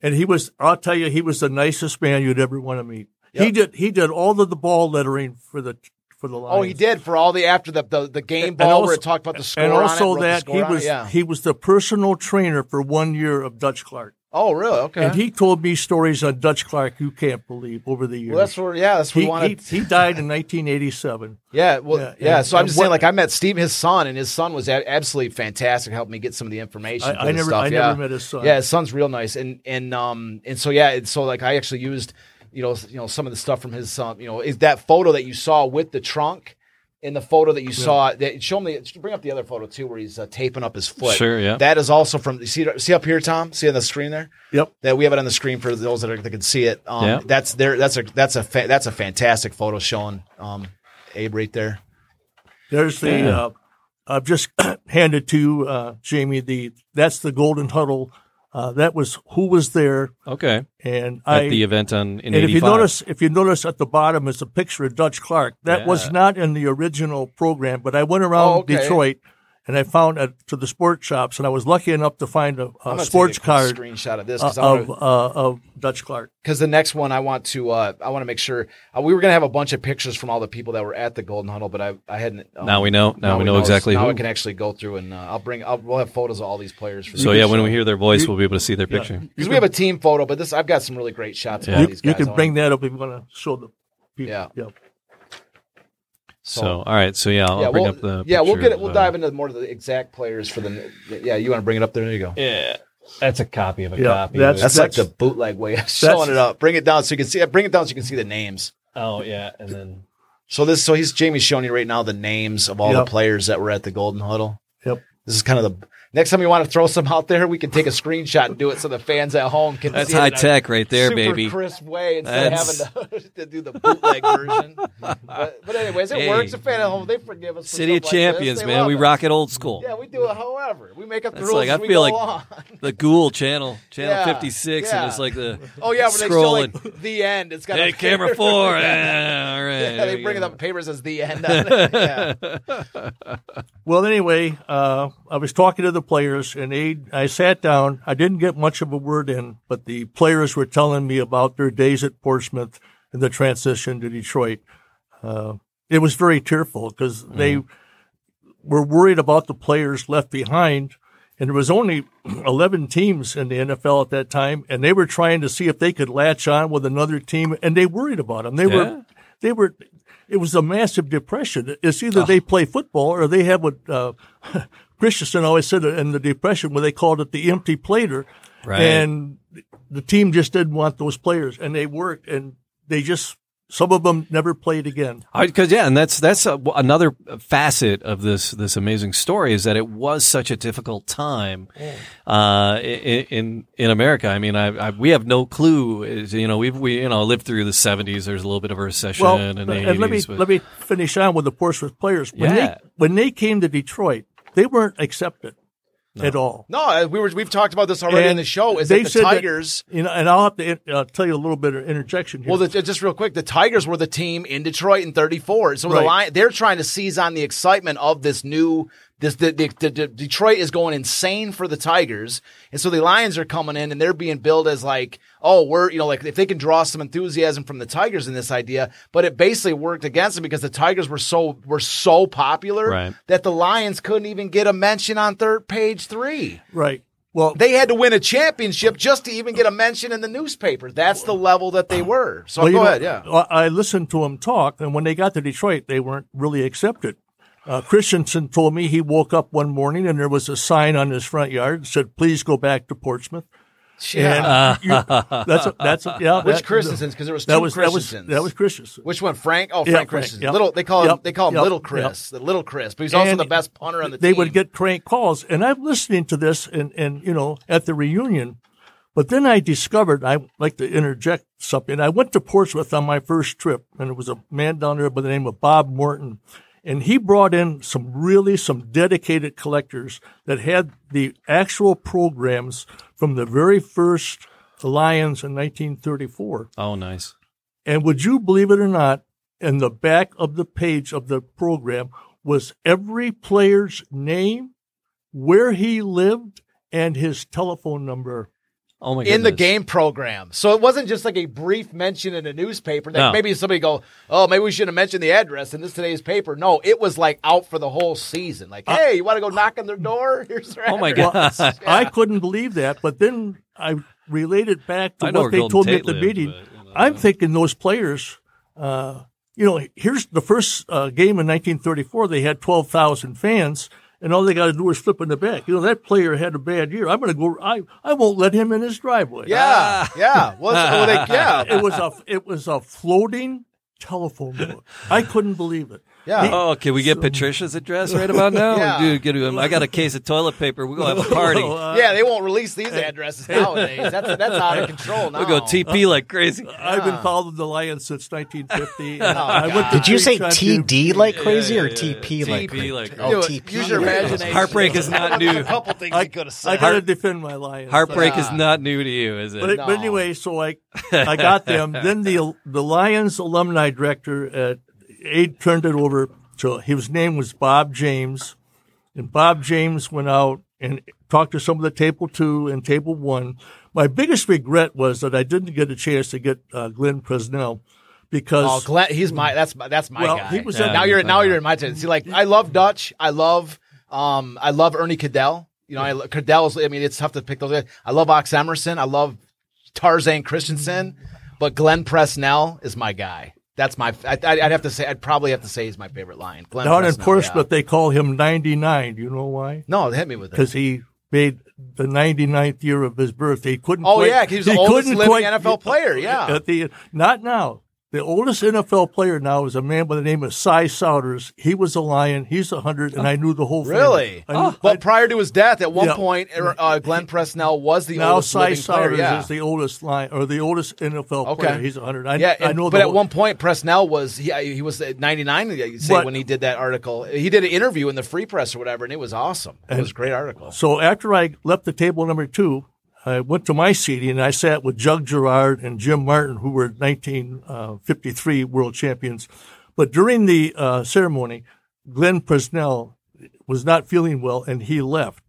Speaker 5: And he was, I'll tell you, he was the nicest man you'd ever want to meet. He
Speaker 4: Yep.
Speaker 5: did, he did all of the ball lettering for the for the Lions.
Speaker 4: Oh, he did for all the after the the, the game
Speaker 5: And
Speaker 4: ball where
Speaker 5: also-
Speaker 4: it talked about the score
Speaker 5: and
Speaker 4: on it,
Speaker 5: also
Speaker 4: wrote the
Speaker 5: that
Speaker 4: score
Speaker 5: he
Speaker 4: on it.
Speaker 5: was
Speaker 4: yeah.
Speaker 5: he was the personal trainer for one year of Dutch Clark,
Speaker 4: oh really okay
Speaker 5: and he told me stories on Dutch Clark you can't believe over the years.
Speaker 4: well, that's where yeah that's what
Speaker 5: he,
Speaker 4: we wanted
Speaker 5: he, he died in 1987.
Speaker 4: Yeah, well, yeah.
Speaker 5: Yeah, and-
Speaker 4: so I'm
Speaker 5: and
Speaker 4: just
Speaker 5: what-
Speaker 4: saying, like, I met Steve, his son, and his son was a- absolutely fantastic. Helped me get some of the information.
Speaker 5: I-
Speaker 4: for
Speaker 5: I
Speaker 4: this
Speaker 5: never-
Speaker 4: stuff.
Speaker 5: I
Speaker 4: yeah.
Speaker 5: never met his son.
Speaker 4: Yeah, his son's real nice, and and um and so yeah, and so like I actually used, you know, s- you know some of the stuff from his son. You know, is that photo that you saw with the trunk, and the photo that you saw that show me. Bring up the other photo too, where he's uh, taping up his foot.
Speaker 3: Sure, yeah.
Speaker 4: That is also from. you See, see up here, Tom. See on the screen there
Speaker 5: Yep.
Speaker 4: that we have it on the screen for those that, are, that can see it. Um,
Speaker 3: Yeah.
Speaker 4: That's there. That's a that's a fa- that's a fantastic photo showing um, Abe right there.
Speaker 5: There's the. Uh, I've just [CLEARS THROAT] handed to you, uh, Jamie the. That's the Golden Huddle. Uh, that was who was there,
Speaker 3: Okay.
Speaker 5: and
Speaker 3: At
Speaker 5: I.
Speaker 3: the event on in
Speaker 5: and if you
Speaker 3: 85.
Speaker 5: notice, if you notice at the bottom is a picture of Dutch Clark. That was
Speaker 3: Yeah.
Speaker 5: not in the original program, but I went around
Speaker 4: Oh, okay.
Speaker 5: Detroit and I found uh to the sports shops, and I was lucky enough to find a,
Speaker 4: I'm
Speaker 5: a
Speaker 4: gonna
Speaker 5: sports
Speaker 4: take a quick
Speaker 5: card
Speaker 4: screenshot of this
Speaker 5: uh,
Speaker 4: because
Speaker 5: of uh, of Dutch Clark.
Speaker 4: because the next one I want to uh, I want to make sure uh, we were gonna have a bunch of pictures from all the people that were at the Golden Huddle, but I I hadn't. um,
Speaker 3: Now we know. Now we know exactly
Speaker 4: Now
Speaker 3: who.
Speaker 4: I can actually go through and uh, I'll bring. I'll, we'll have photos of all these players. For
Speaker 3: So yeah, when we hear their voice, we'll be able to see their picture.
Speaker 4: because we have a team photo, but this I've got some really great shots. Of all
Speaker 5: You,
Speaker 4: these
Speaker 5: you
Speaker 4: guys. I
Speaker 5: can
Speaker 4: wanna-
Speaker 5: bring that up if you want to show the people.
Speaker 4: Yeah.
Speaker 3: So all right. So yeah, I'll
Speaker 4: yeah,
Speaker 3: bring
Speaker 4: we'll,
Speaker 3: up the.
Speaker 4: yeah, we'll
Speaker 3: picture
Speaker 4: get it.
Speaker 3: of,
Speaker 4: We'll
Speaker 3: uh,
Speaker 4: dive into more of the exact players for the. Yeah, you want to bring it up there? There you go.
Speaker 3: Yeah, that's a copy of a
Speaker 5: Yeah, copy. that's-
Speaker 4: That's, like
Speaker 5: That's-
Speaker 4: the bootleg way of [LAUGHS] showing it up. Bring it down so you can see. Bring it down so you can see the names.
Speaker 3: oh yeah, and then
Speaker 4: So this, so he's Jamie's showing you right now the names of all
Speaker 5: Yep.
Speaker 4: the players that were at the Golden Huddle.
Speaker 5: Yep.
Speaker 4: This is kind of the next time you want to throw some out there, we can take a screenshot and do it so the fans at home can.
Speaker 3: uh, that's
Speaker 4: see it
Speaker 3: high
Speaker 4: in a
Speaker 3: tech right there,
Speaker 4: super
Speaker 3: baby.
Speaker 4: Crisp way instead
Speaker 3: That's-
Speaker 4: of having to, [LAUGHS] to do the bootleg version. But, but anyways, it
Speaker 3: Hey.
Speaker 4: works. A fan at home, they forgive us. For
Speaker 3: City of
Speaker 4: stuff like this.
Speaker 3: Champions,
Speaker 4: They
Speaker 3: man.
Speaker 4: love
Speaker 3: We
Speaker 4: it.
Speaker 3: rock it old school.
Speaker 4: Yeah, we do it. However, we make up the
Speaker 3: That's
Speaker 4: rules.
Speaker 3: like I
Speaker 4: as we
Speaker 3: feel like
Speaker 4: go along. [LAUGHS]
Speaker 3: The Ghoul Channel, Channel
Speaker 4: Yeah,
Speaker 3: 56,
Speaker 4: yeah.
Speaker 3: and it's like the
Speaker 4: [LAUGHS] Oh yeah, when they show
Speaker 3: scrolling.
Speaker 4: like the end, it's got
Speaker 3: hey,
Speaker 4: a
Speaker 3: camera
Speaker 4: paper.
Speaker 3: four.
Speaker 4: [LAUGHS] yeah.
Speaker 3: eh, all right.
Speaker 4: Yeah,
Speaker 3: there
Speaker 4: they
Speaker 3: we
Speaker 4: bring it
Speaker 3: go.
Speaker 4: up in papers as the end. [LAUGHS] On it. Yeah.
Speaker 5: Well, anyway, uh, I was talking to the players, and they, I sat down. I didn't get much of a word in, but the players were telling me about their days at Portsmouth and the transition to Detroit. Uh, it was very tearful because they
Speaker 3: Mm.
Speaker 5: were worried about the players left behind, and there was only [CLEARS THROAT] 11 teams in the NFL at that time, and they were trying to see if they could latch on with another team, and they worried about them. They
Speaker 3: Yeah.
Speaker 5: were, they were. It was a massive depression. It's either
Speaker 3: Oh.
Speaker 5: they play football or they have what uh, [LAUGHS] Christensen always said in the depression when they called it the empty plater,
Speaker 3: Right.
Speaker 5: and the team just didn't want those players, and they worked, and they just some of them never played again.
Speaker 3: because yeah, and that's that's uh another facet of this this amazing story is that it was such a difficult time
Speaker 4: Mm.
Speaker 3: uh, i- i- in in America. I mean, I, I we have no clue. is- You know, we've we you know lived through the seventies. There's a little bit of a recession
Speaker 5: Well, uh,
Speaker 3: and the
Speaker 5: and let me
Speaker 3: eighties.
Speaker 5: let me finish on with the Portsmouth players. When
Speaker 3: Yeah.
Speaker 5: they when they came to Detroit, they weren't accepted at all.
Speaker 4: No, uh, we were we've talked about this already in
Speaker 5: And
Speaker 4: the show. Is
Speaker 5: they
Speaker 4: that the
Speaker 5: said that-
Speaker 4: Tigers?
Speaker 5: You know, and I'll have to uh, tell you a little bit of interjection here.
Speaker 4: well, the, just real quick, the Tigers were the team in Detroit in '34. So the
Speaker 5: Right.
Speaker 4: Lion, they're trying to seize on the excitement of this new. This the, the, the, the- Detroit is going insane for the Tigers, and so the Lions are coming in and they're being billed as like, oh, we're you know like if they can draw some enthusiasm from the Tigers in this idea, but it basically worked against them because the Tigers were so were so popular
Speaker 3: Right.
Speaker 4: that the Lions couldn't even get a mention on third page three.
Speaker 5: right. Well,
Speaker 4: They had to win a championship just to even get a mention in the newspaper. That's the level that they were. So
Speaker 5: Well, you
Speaker 4: oh, go
Speaker 5: know, uh,
Speaker 4: ahead. Yeah.
Speaker 5: I I listened to him talk, and when they got to Detroit, they weren't really accepted. Uh, Christensen told me he woke up one morning and there was a sign on his front yard that said, "Please go back to Portsmouth." And
Speaker 3: Uh, [LAUGHS]
Speaker 5: you- that's a, that's a, yeah.
Speaker 4: Which
Speaker 5: that-
Speaker 4: Christensen's? Because there was two
Speaker 5: That was that was
Speaker 4: Christensens.
Speaker 5: that was Christensen.
Speaker 4: Which one? Frank? Oh, Frank
Speaker 5: Yeah, Frank,
Speaker 4: Christensen.
Speaker 5: yep.
Speaker 4: Little. They call him.
Speaker 5: Yep,
Speaker 4: They call him
Speaker 5: yep,
Speaker 4: Little
Speaker 5: yep.
Speaker 4: Chris. The Little Chris. But he's also
Speaker 5: And
Speaker 4: the best punter on the
Speaker 5: they
Speaker 4: team.
Speaker 5: would get crank calls. And I'm listening to this and, and you know, at the reunion. But then I discovered, I like to interject something. I went to Portsmouth on my first trip, and there was a man down there by the name of Bob Morton. And he brought in some really some dedicated collectors that had the actual programs from the very first Lions in 1934.
Speaker 3: Oh, nice.
Speaker 5: And would you believe it or not, in the back of the page of the program was every player's name, where he lived, and his telephone number.
Speaker 3: Oh my god.
Speaker 4: in the game program. So it wasn't just like a brief mention in a newspaper that
Speaker 3: No.
Speaker 4: maybe somebody go, oh, maybe we should have mentioned the address in this today's paper. No, it was like out for the whole season. Like,
Speaker 5: Uh,
Speaker 4: hey, you want to go knock on their door? [LAUGHS] Here's their
Speaker 3: Oh my [LAUGHS]
Speaker 4: address.
Speaker 3: god.
Speaker 5: I couldn't believe that, but then I related back to
Speaker 3: I know
Speaker 5: what
Speaker 3: where
Speaker 5: they
Speaker 3: Golden
Speaker 5: told me
Speaker 3: Tate
Speaker 5: at the
Speaker 3: lived,
Speaker 5: meeting.
Speaker 3: but, you know.
Speaker 5: I'm thinking those players, uh, you know, here's the first uh, game in 1934. They had 12,000 fans, and all they got to do is flip in the back. You know, that player had a bad year. I'm going to go. I I won't let him in his driveway. Ah.
Speaker 4: Yeah, yeah. Well, it's- well, they- yeah.
Speaker 5: [LAUGHS] it was a it was a floating telephone book. I couldn't believe it.
Speaker 4: Yeah.
Speaker 3: Oh, can we get Patricia's address
Speaker 4: [LAUGHS]
Speaker 3: right about now?
Speaker 4: Yeah. Oh,
Speaker 3: Dude, get him. I got a case of toilet paper. We're gonna have
Speaker 4: [LAUGHS]
Speaker 3: a party.
Speaker 5: Well, uh,
Speaker 4: yeah, they won't release these addresses nowadays. That's that's out of control now.
Speaker 3: We'll
Speaker 6: Oh.
Speaker 3: go TP like crazy.
Speaker 6: Uh,
Speaker 5: I've been following the Lions since 1950. and I went to
Speaker 6: Ah. Oh, Did you say
Speaker 5: three champions-
Speaker 6: TD like crazy or TP
Speaker 3: TP
Speaker 6: like crazy?
Speaker 3: like
Speaker 4: Do
Speaker 6: Oh,
Speaker 4: it.
Speaker 6: TP.
Speaker 4: Use your imagination.
Speaker 3: Heartbreak is not new.
Speaker 4: [LAUGHS]
Speaker 6: [LAUGHS]
Speaker 4: A couple things
Speaker 5: I,
Speaker 4: you could have
Speaker 5: I
Speaker 4: said.
Speaker 5: got to defend my Lions.
Speaker 3: Heartbreak is not new to you, is
Speaker 5: But,
Speaker 3: it?
Speaker 5: but anyway, so I I got them. then the the Lions alumni director at aid turned it over to his name was Bob James, and Bob James went out and talked to some of the table two and table one. My biggest regret was that I didn't get a chance to get uh, Glenn Presnell because
Speaker 4: Oh, Glenn, he's my that's my that's my
Speaker 5: Well,
Speaker 4: guy.
Speaker 5: he was
Speaker 4: Yeah,
Speaker 5: a-
Speaker 4: now you're now you're in my turn. See, like I love Dutch. I love um I love Ernie Cadell. You know, I lo- Cadell's. I mean, it's tough to pick those. guys. I love Ox Emerson. I love Tarzan Christensen, but Glenn Presnell is my guy. That's my. I, I- I'd have to say. I'd probably have to say he's my favorite lion. Glenn
Speaker 5: down in
Speaker 4: Presnell, yeah.
Speaker 5: Portsmouth they call him 99. Do you know why?
Speaker 4: No, hit me with it.
Speaker 5: Because he made the 99th year of his birth. He couldn't.
Speaker 4: Oh
Speaker 5: quite,
Speaker 4: yeah, 'cause he was the oldest
Speaker 5: couldn't
Speaker 4: living
Speaker 5: quite- uh,
Speaker 4: NFL player. Yeah.
Speaker 5: at the not now. The oldest NFL player now is a man by the name of Cy Souders. He was a Lion. He's a hundred, and I knew the whole. family.
Speaker 4: Really?
Speaker 5: I knew-
Speaker 4: But prior to his death, at one
Speaker 5: Yeah.
Speaker 4: point, er- uh, Glenn Presnell was the
Speaker 5: now
Speaker 4: oldest
Speaker 5: Cy
Speaker 4: living player.
Speaker 5: Souders
Speaker 4: yeah.
Speaker 5: is the oldest Lion or the oldest NFL
Speaker 4: Okay.
Speaker 5: player. He's a hundred. I,
Speaker 4: yeah,
Speaker 5: I
Speaker 4: and-
Speaker 5: know.
Speaker 4: but
Speaker 5: the
Speaker 4: at
Speaker 5: whole-
Speaker 4: one point, Presnell was he, he was at 99. You say
Speaker 5: But-
Speaker 4: when he did that article, he did an interview in the Free Press or whatever, and it was awesome. It was a great article.
Speaker 5: So after I left the table number two, I went to my seating and I sat with Jug Gerard and Jim Martin, who were 1953 world champions. But during the uh, ceremony, Glenn Presnell was not feeling well and he left.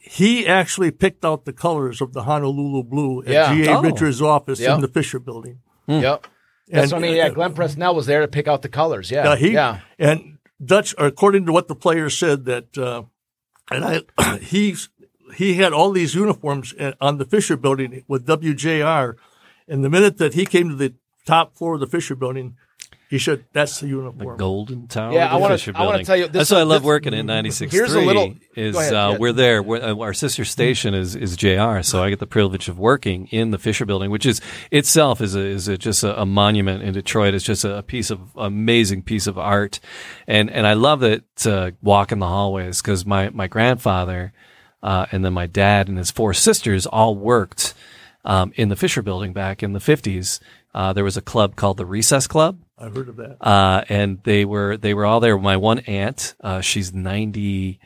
Speaker 5: He actually picked out the colors of the Honolulu blue at
Speaker 4: Yeah.
Speaker 5: G.A.
Speaker 3: Oh.
Speaker 5: Richards' office
Speaker 4: Yep.
Speaker 5: in the Fisher Building.
Speaker 4: Yep. That's
Speaker 5: Hmm. And-
Speaker 4: what I mean. Yeah, Glenn Presnell was there to pick out the colors. Yeah,
Speaker 5: Uh, he
Speaker 4: yeah.
Speaker 5: and Dutch, according to what the player said, that uh, and I [CLEARS THROAT] he he had all these uniforms uh, on the Fisher Building with WJR, and the minute that he came to the top floor of the Fisher Building, he said, "That's the uniform."
Speaker 3: Golden Tower.
Speaker 4: Yeah,
Speaker 3: of the
Speaker 4: I wanna-
Speaker 3: Fisher
Speaker 4: I wanna
Speaker 3: Building.
Speaker 4: tell you, this-
Speaker 3: That's why I love
Speaker 4: this-
Speaker 3: working at 96.
Speaker 4: Here's a little-
Speaker 3: Is
Speaker 4: go ahead,
Speaker 3: uh,
Speaker 4: yeah.
Speaker 3: we're there. We're, uh, our sister station is is JR, so I get the privilege of working in the Fisher Building, which is itself is a, is a, just a, a monument in Detroit. It's just a, a piece of amazing piece of art, and and I love it to walk in the hallways because my my grandfather, uh, and then my dad and his four sisters all worked. Um, in the Fisher Building back in the 50s, uh, there was a club called the Recess Club,
Speaker 5: I heard of that.
Speaker 3: uh, and they were they were all there. My one aunt, uh, she's ninety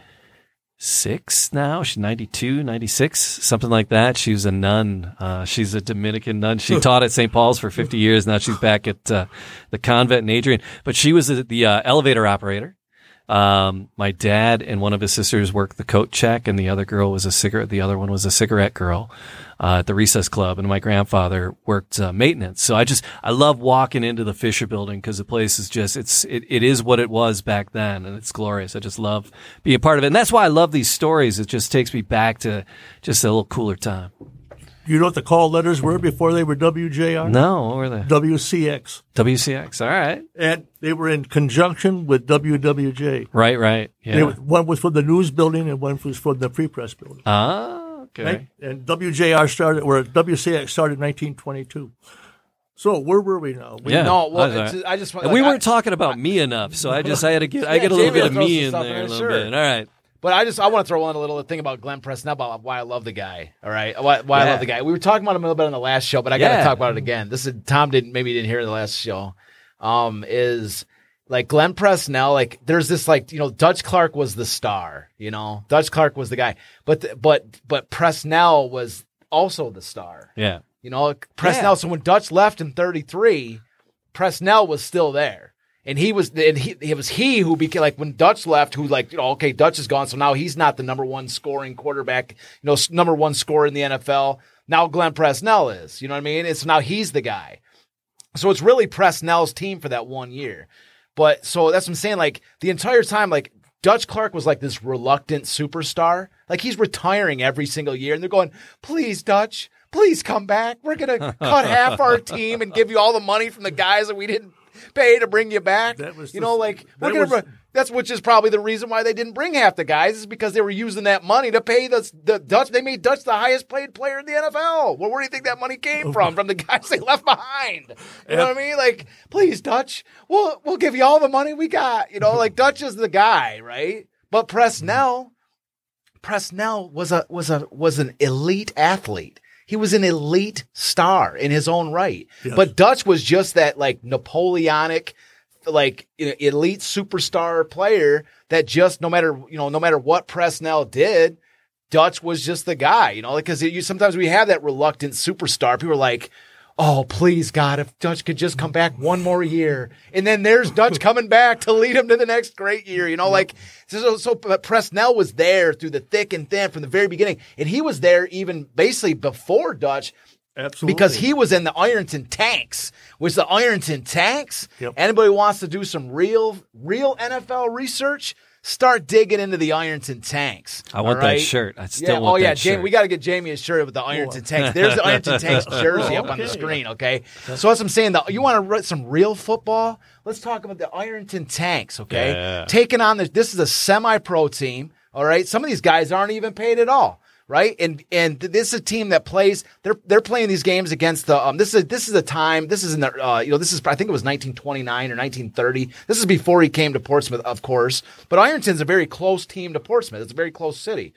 Speaker 3: six now. She's 92, 96, something like that. She was a nun. Uh, she's a Dominican nun. She taught at St. Paul's for fifty years. Now she's back at uh, the convent in Adrian. But she was the, the uh, elevator operator. Um, my dad and one of his sisters worked the coat check, and the other girl was a cigarette. The other one was a cigarette girl uh, at the recess club, and my grandfather worked uh, maintenance. So I just I love walking into the Fisher Building because the place is just it's it, it is what it was back then, and it's glorious. I just love being a part of it, and that's why I love these stories. It just takes me back to just a little cooler time.
Speaker 5: You know what the call letters were before they were WJR?
Speaker 3: No, what were the
Speaker 5: WCX.
Speaker 3: WCX? All right,
Speaker 5: And they were in conjunction with WWJ.
Speaker 3: right, right,
Speaker 5: They
Speaker 3: yeah.
Speaker 5: were- one was from the news building and one was from the Free Press building.
Speaker 3: Ah, okay.
Speaker 5: Right? And WJR started, or WCX started in 1922. So where were we now? We-
Speaker 3: Yeah.
Speaker 4: No, well,
Speaker 3: that's all
Speaker 4: it's-
Speaker 3: right.
Speaker 4: I just want-
Speaker 3: And we
Speaker 4: like,
Speaker 3: weren't
Speaker 4: I-
Speaker 3: talking about me enough, so I just I had to get I get a little
Speaker 4: Jamie
Speaker 3: bit of
Speaker 4: will throw
Speaker 3: me
Speaker 4: some
Speaker 3: in
Speaker 4: stuff in
Speaker 3: there a
Speaker 4: there,
Speaker 3: little
Speaker 4: sure.
Speaker 3: bit. All right,
Speaker 4: But I just I want to throw in a little thing about Glenn Preston about why I love the guy. All right, why, why I
Speaker 3: Yeah.
Speaker 4: love the guy. We were talking about him a little bit on the last show, but I got
Speaker 3: Yeah.
Speaker 4: to talk about it again. This is Tom didn't maybe didn't hear the last show. Um, is like Glenn Presnell. Like there's this like you know Dutch Clark was the star. You know Dutch Clark was the guy, but the, but but Presnell was also the star.
Speaker 3: yeah,
Speaker 4: You know, Presnell. So when Dutch left in '33, Presnell was still there, and he was, and he it was he who became like when Dutch left, who like you know, okay, Dutch is gone, so now he's not the number one scoring quarterback, you know, s- number one scorer in the NFL. Now Glenn Presnell is, you know what I mean? It's now he's the guy. So it's really Presnell's team for that one year. But so that's what I'm saying. Like the entire time, like Dutch Clark was like this reluctant superstar. Like he's retiring every single year, and they're going, please, Dutch, please come back. We're gonna cut half our team and give you all the money from the guys that we didn't pay to bring you back.
Speaker 5: That was
Speaker 4: you
Speaker 5: the-
Speaker 4: know, like we're
Speaker 5: that
Speaker 4: gonna
Speaker 5: was-
Speaker 4: br- that's which is probably the reason why they didn't bring half the guys is because they were using that money to pay the, the Dutch. They made Dutch the highest paid player in the NFL. Well, where do you think that money came from? From the guys they left behind. You know what I mean? Like, please, Dutch, we'll we'll give you all the money we got. You know, like Dutch is the guy, right? But Presnell, Presnell was a was a was an elite athlete. He was an elite star in his own right. But Dutch was just that like Napoleonic like you know, elite superstar player that just no matter you know no matter what Presnell did, Dutch was just the guy, you know, because you sometimes we have that reluctant superstar. People are like, "Oh, please God, if Dutch could just come back one more year," and then there's
Speaker 5: [LAUGHS]
Speaker 4: Dutch coming back to lead him to the next great year, you know, like so. So but Presnell was there through the thick and thin from the very beginning, and he was there even basically before Dutch.
Speaker 5: Absolutely.
Speaker 4: Because he was in the Ironton tanks, which the Ironton tanks.
Speaker 5: Yep.
Speaker 4: Anybody wants to do some real, real NFL research, start digging into the Ironton tanks.
Speaker 3: I want
Speaker 4: all
Speaker 3: that
Speaker 4: right?
Speaker 3: shirt. I still
Speaker 4: Yeah.
Speaker 3: want
Speaker 4: oh yeah,
Speaker 3: that
Speaker 4: Jamie,
Speaker 3: shirt.
Speaker 4: we got to get Jamie a shirt with the Ironton tanks. There's the Ironton tanks jersey up on the
Speaker 5: Okay.
Speaker 4: screen. Okay, so that's what I'm saying. The, you want to write some real football? Let's talk about the Ironton tanks. Okay, taking on the this is a semi-pro team. All right, some of these guys aren't even paid at all. Right, and and th- this is a team that plays. They're they're playing these games against the. Um, this is this is a time. This is in the. Uh, you know, this is I think it was 1929 or 1930. This is before he came to Portsmouth, of course. But Ironton's a very close team to Portsmouth. It's a very close city.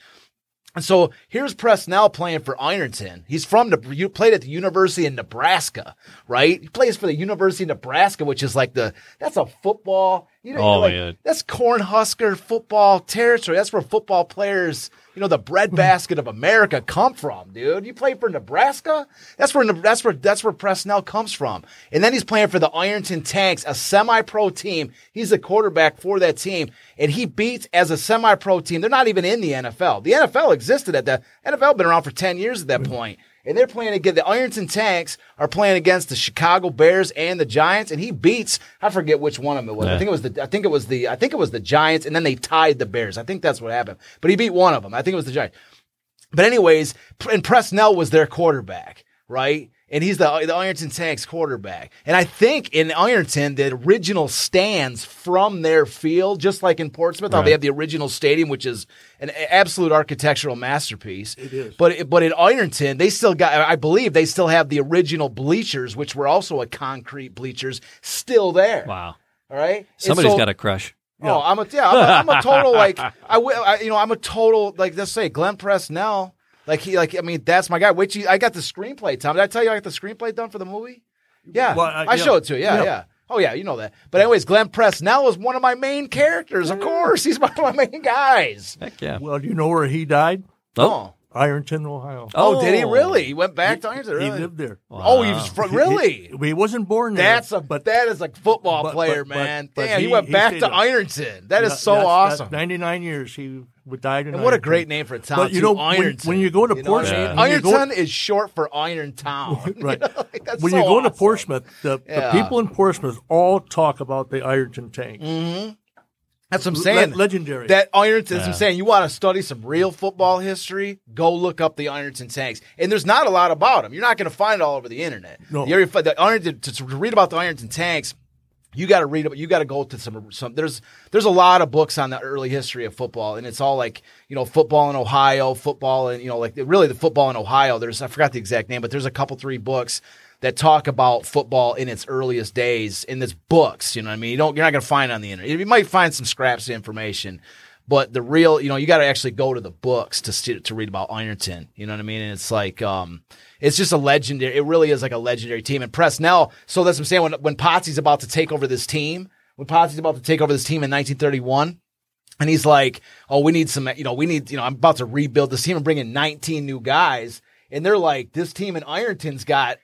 Speaker 4: And so here's Presnell playing for Ironton. He's from the you played at the University of Nebraska, right? He plays for the University of Nebraska, which is like the that's a football. You know,
Speaker 3: Oh,
Speaker 4: like,
Speaker 3: yeah.
Speaker 4: that's Cornhusker football territory. That's where football players, you know, the breadbasket of America come from, dude. You play for Nebraska? That's where that's where that's where Presnell comes from. And then he's playing for the Ironton Tanks, a semi-pro team. He's the quarterback for that team, and he beats as a semi-pro team. They're not even in the NFL. The NFL existed at the NFL been around for 10 years at that point. And they're playing against the Ironton Tanks are playing against the Chicago Bears and the Giants, and he beats I forget which one of them it was. I think it was the I think it was the I think it was the Giants, and then they tied the Bears. I think that's what happened. But he beat one of them. I think it was the Giants. But anyways, P- and Presnell was their quarterback, right? And he's the the Ironton Tanks quarterback. And I think in Ironton, the original stands from their field, just like in Portsmouth, how they have the original stadium, which is an a- absolute architectural masterpiece. It is. But but in Ironton, they still got. I believe they still have the original bleachers, which were also a concrete bleachers, still there.
Speaker 3: wow.
Speaker 4: All right. And
Speaker 3: Somebody's
Speaker 4: so-
Speaker 3: got a crush.
Speaker 4: Oh, I'm a yeah. I'm a, I'm a total like I, wi- I you know I'm a total like let's say Glenn Presnell like he like I mean that's my guy. Which he, I got the screenplay. Tom, did I tell you I got the screenplay done for the movie? Yeah,
Speaker 5: Well,
Speaker 4: I,
Speaker 5: I- yeah.
Speaker 4: showed it to you. Yeah, yeah,
Speaker 5: Yeah.
Speaker 4: Oh yeah, you know that. But anyways, Glenn Presnell was one of my main [LAUGHS] characters. Of course, he's one of my main guys.
Speaker 3: Heck yeah.
Speaker 5: well, you know where he died?
Speaker 3: Oh,
Speaker 5: Ironton, Ohio.
Speaker 4: Oh, did he really? He went back to Ironton.
Speaker 5: He
Speaker 4: Really?
Speaker 5: lived there.
Speaker 4: Oh, he was from,
Speaker 5: He-
Speaker 4: really.
Speaker 5: He, he wasn't born there.
Speaker 4: That's a
Speaker 5: but
Speaker 4: that is a football
Speaker 5: but-
Speaker 4: player,
Speaker 5: but- but-
Speaker 4: man.
Speaker 5: but
Speaker 4: Damn, he,
Speaker 5: he-
Speaker 4: went
Speaker 5: he
Speaker 4: back
Speaker 5: stayed
Speaker 4: to
Speaker 5: up.
Speaker 4: Ironton. That is so
Speaker 5: That's- that's
Speaker 4: awesome.
Speaker 5: 99 years he w- died in
Speaker 4: and what a
Speaker 5: Ironton.
Speaker 4: great name [LAUGHS] for a town.
Speaker 5: But you
Speaker 4: too,
Speaker 5: know, when-
Speaker 4: Ironton.
Speaker 5: when you go to
Speaker 4: know what
Speaker 5: Portsmouth,
Speaker 4: I
Speaker 5: when you
Speaker 4: mean?
Speaker 5: go-
Speaker 4: Ironton is short for Iron Town.
Speaker 5: [LAUGHS] Right.
Speaker 4: Like, that's
Speaker 5: when
Speaker 4: so
Speaker 5: you go to
Speaker 4: awesome.
Speaker 5: Portsmouth, the,
Speaker 4: Yeah.
Speaker 5: the people in Portsmouth all talk about the Ironton tank.
Speaker 4: Mm. that's what I'm
Speaker 5: Le-
Speaker 4: saying.
Speaker 5: legendary.
Speaker 4: That Ironton, that's what I'm saying. You want to study some real football history? Go look up the Ironton tanks. And there's not a lot about them. You're not going to find it all over the internet.
Speaker 5: No.
Speaker 4: You already fi- the Ironton, to, to read about the Ironton tanks, you got to read about. You got to go to some some. There's there's a lot of books on the early history of football, and it's all like you know football in Ohio, football and you know like really the football in Ohio. There's I forgot the exact name, but there's a couple three books that talk about football in its earliest days in this books. You know what I mean? You don't you're not gonna find it on the internet. You might find some scraps of information. But the real, you know, you got to actually go to the books to see, to read about Ironton. You know what I mean? And it's like, um, it's just a legendary. It really is like a legendary team. And Presnell. So that's what I'm saying. When when Potsy's about to take over this team, when Potsy's about to take over this team in 1931. And he's like, "Oh, we need some. You know, we need. You know, I'm about to rebuild this team and bring in 19 new guys." And they're like, "This team in Ironton's got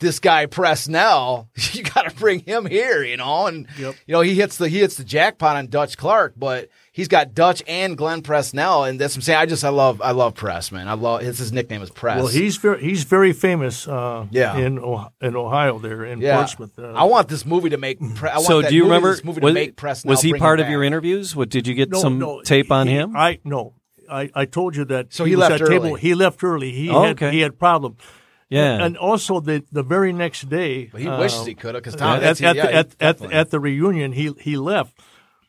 Speaker 4: this guy Presnell. [LAUGHS] you got to bring him here, you know." And you know, he hits the he hits the jackpot on Dutch Clark, but he's got Dutch and Glenn Presnell, and that's what I'm saying. I just I love I love Press, man. I love his his nickname is Press.
Speaker 5: Well, he's very he's very famous. Uh,
Speaker 4: Yeah.
Speaker 5: in Ohio, in Ohio there in
Speaker 4: yeah.
Speaker 5: Portsmouth. Uh,
Speaker 4: I want this movie to make. Pre- I want
Speaker 3: so
Speaker 4: that
Speaker 3: do you
Speaker 4: movie,
Speaker 3: remember?
Speaker 4: this movie to
Speaker 3: was,
Speaker 4: make Presnell?
Speaker 3: was he
Speaker 4: bring
Speaker 3: part
Speaker 4: him
Speaker 3: of your
Speaker 4: back.
Speaker 3: interviews? What did you get
Speaker 5: no,
Speaker 3: some
Speaker 5: no,
Speaker 3: tape on
Speaker 5: he-
Speaker 3: him?
Speaker 5: I no. I, I told you that.
Speaker 4: So he
Speaker 5: was
Speaker 4: left
Speaker 5: at
Speaker 4: early.
Speaker 5: Table. He left early. He
Speaker 3: Oh,
Speaker 5: had
Speaker 3: okay.
Speaker 5: he had problem.
Speaker 3: yeah,
Speaker 5: And also the the very next day.
Speaker 4: But he
Speaker 5: uh,
Speaker 4: wishes he could have because Tom.
Speaker 5: at,
Speaker 4: that's-
Speaker 5: at,
Speaker 4: yeah, he-
Speaker 5: at, at,
Speaker 4: definitely.
Speaker 5: at the reunion he he left.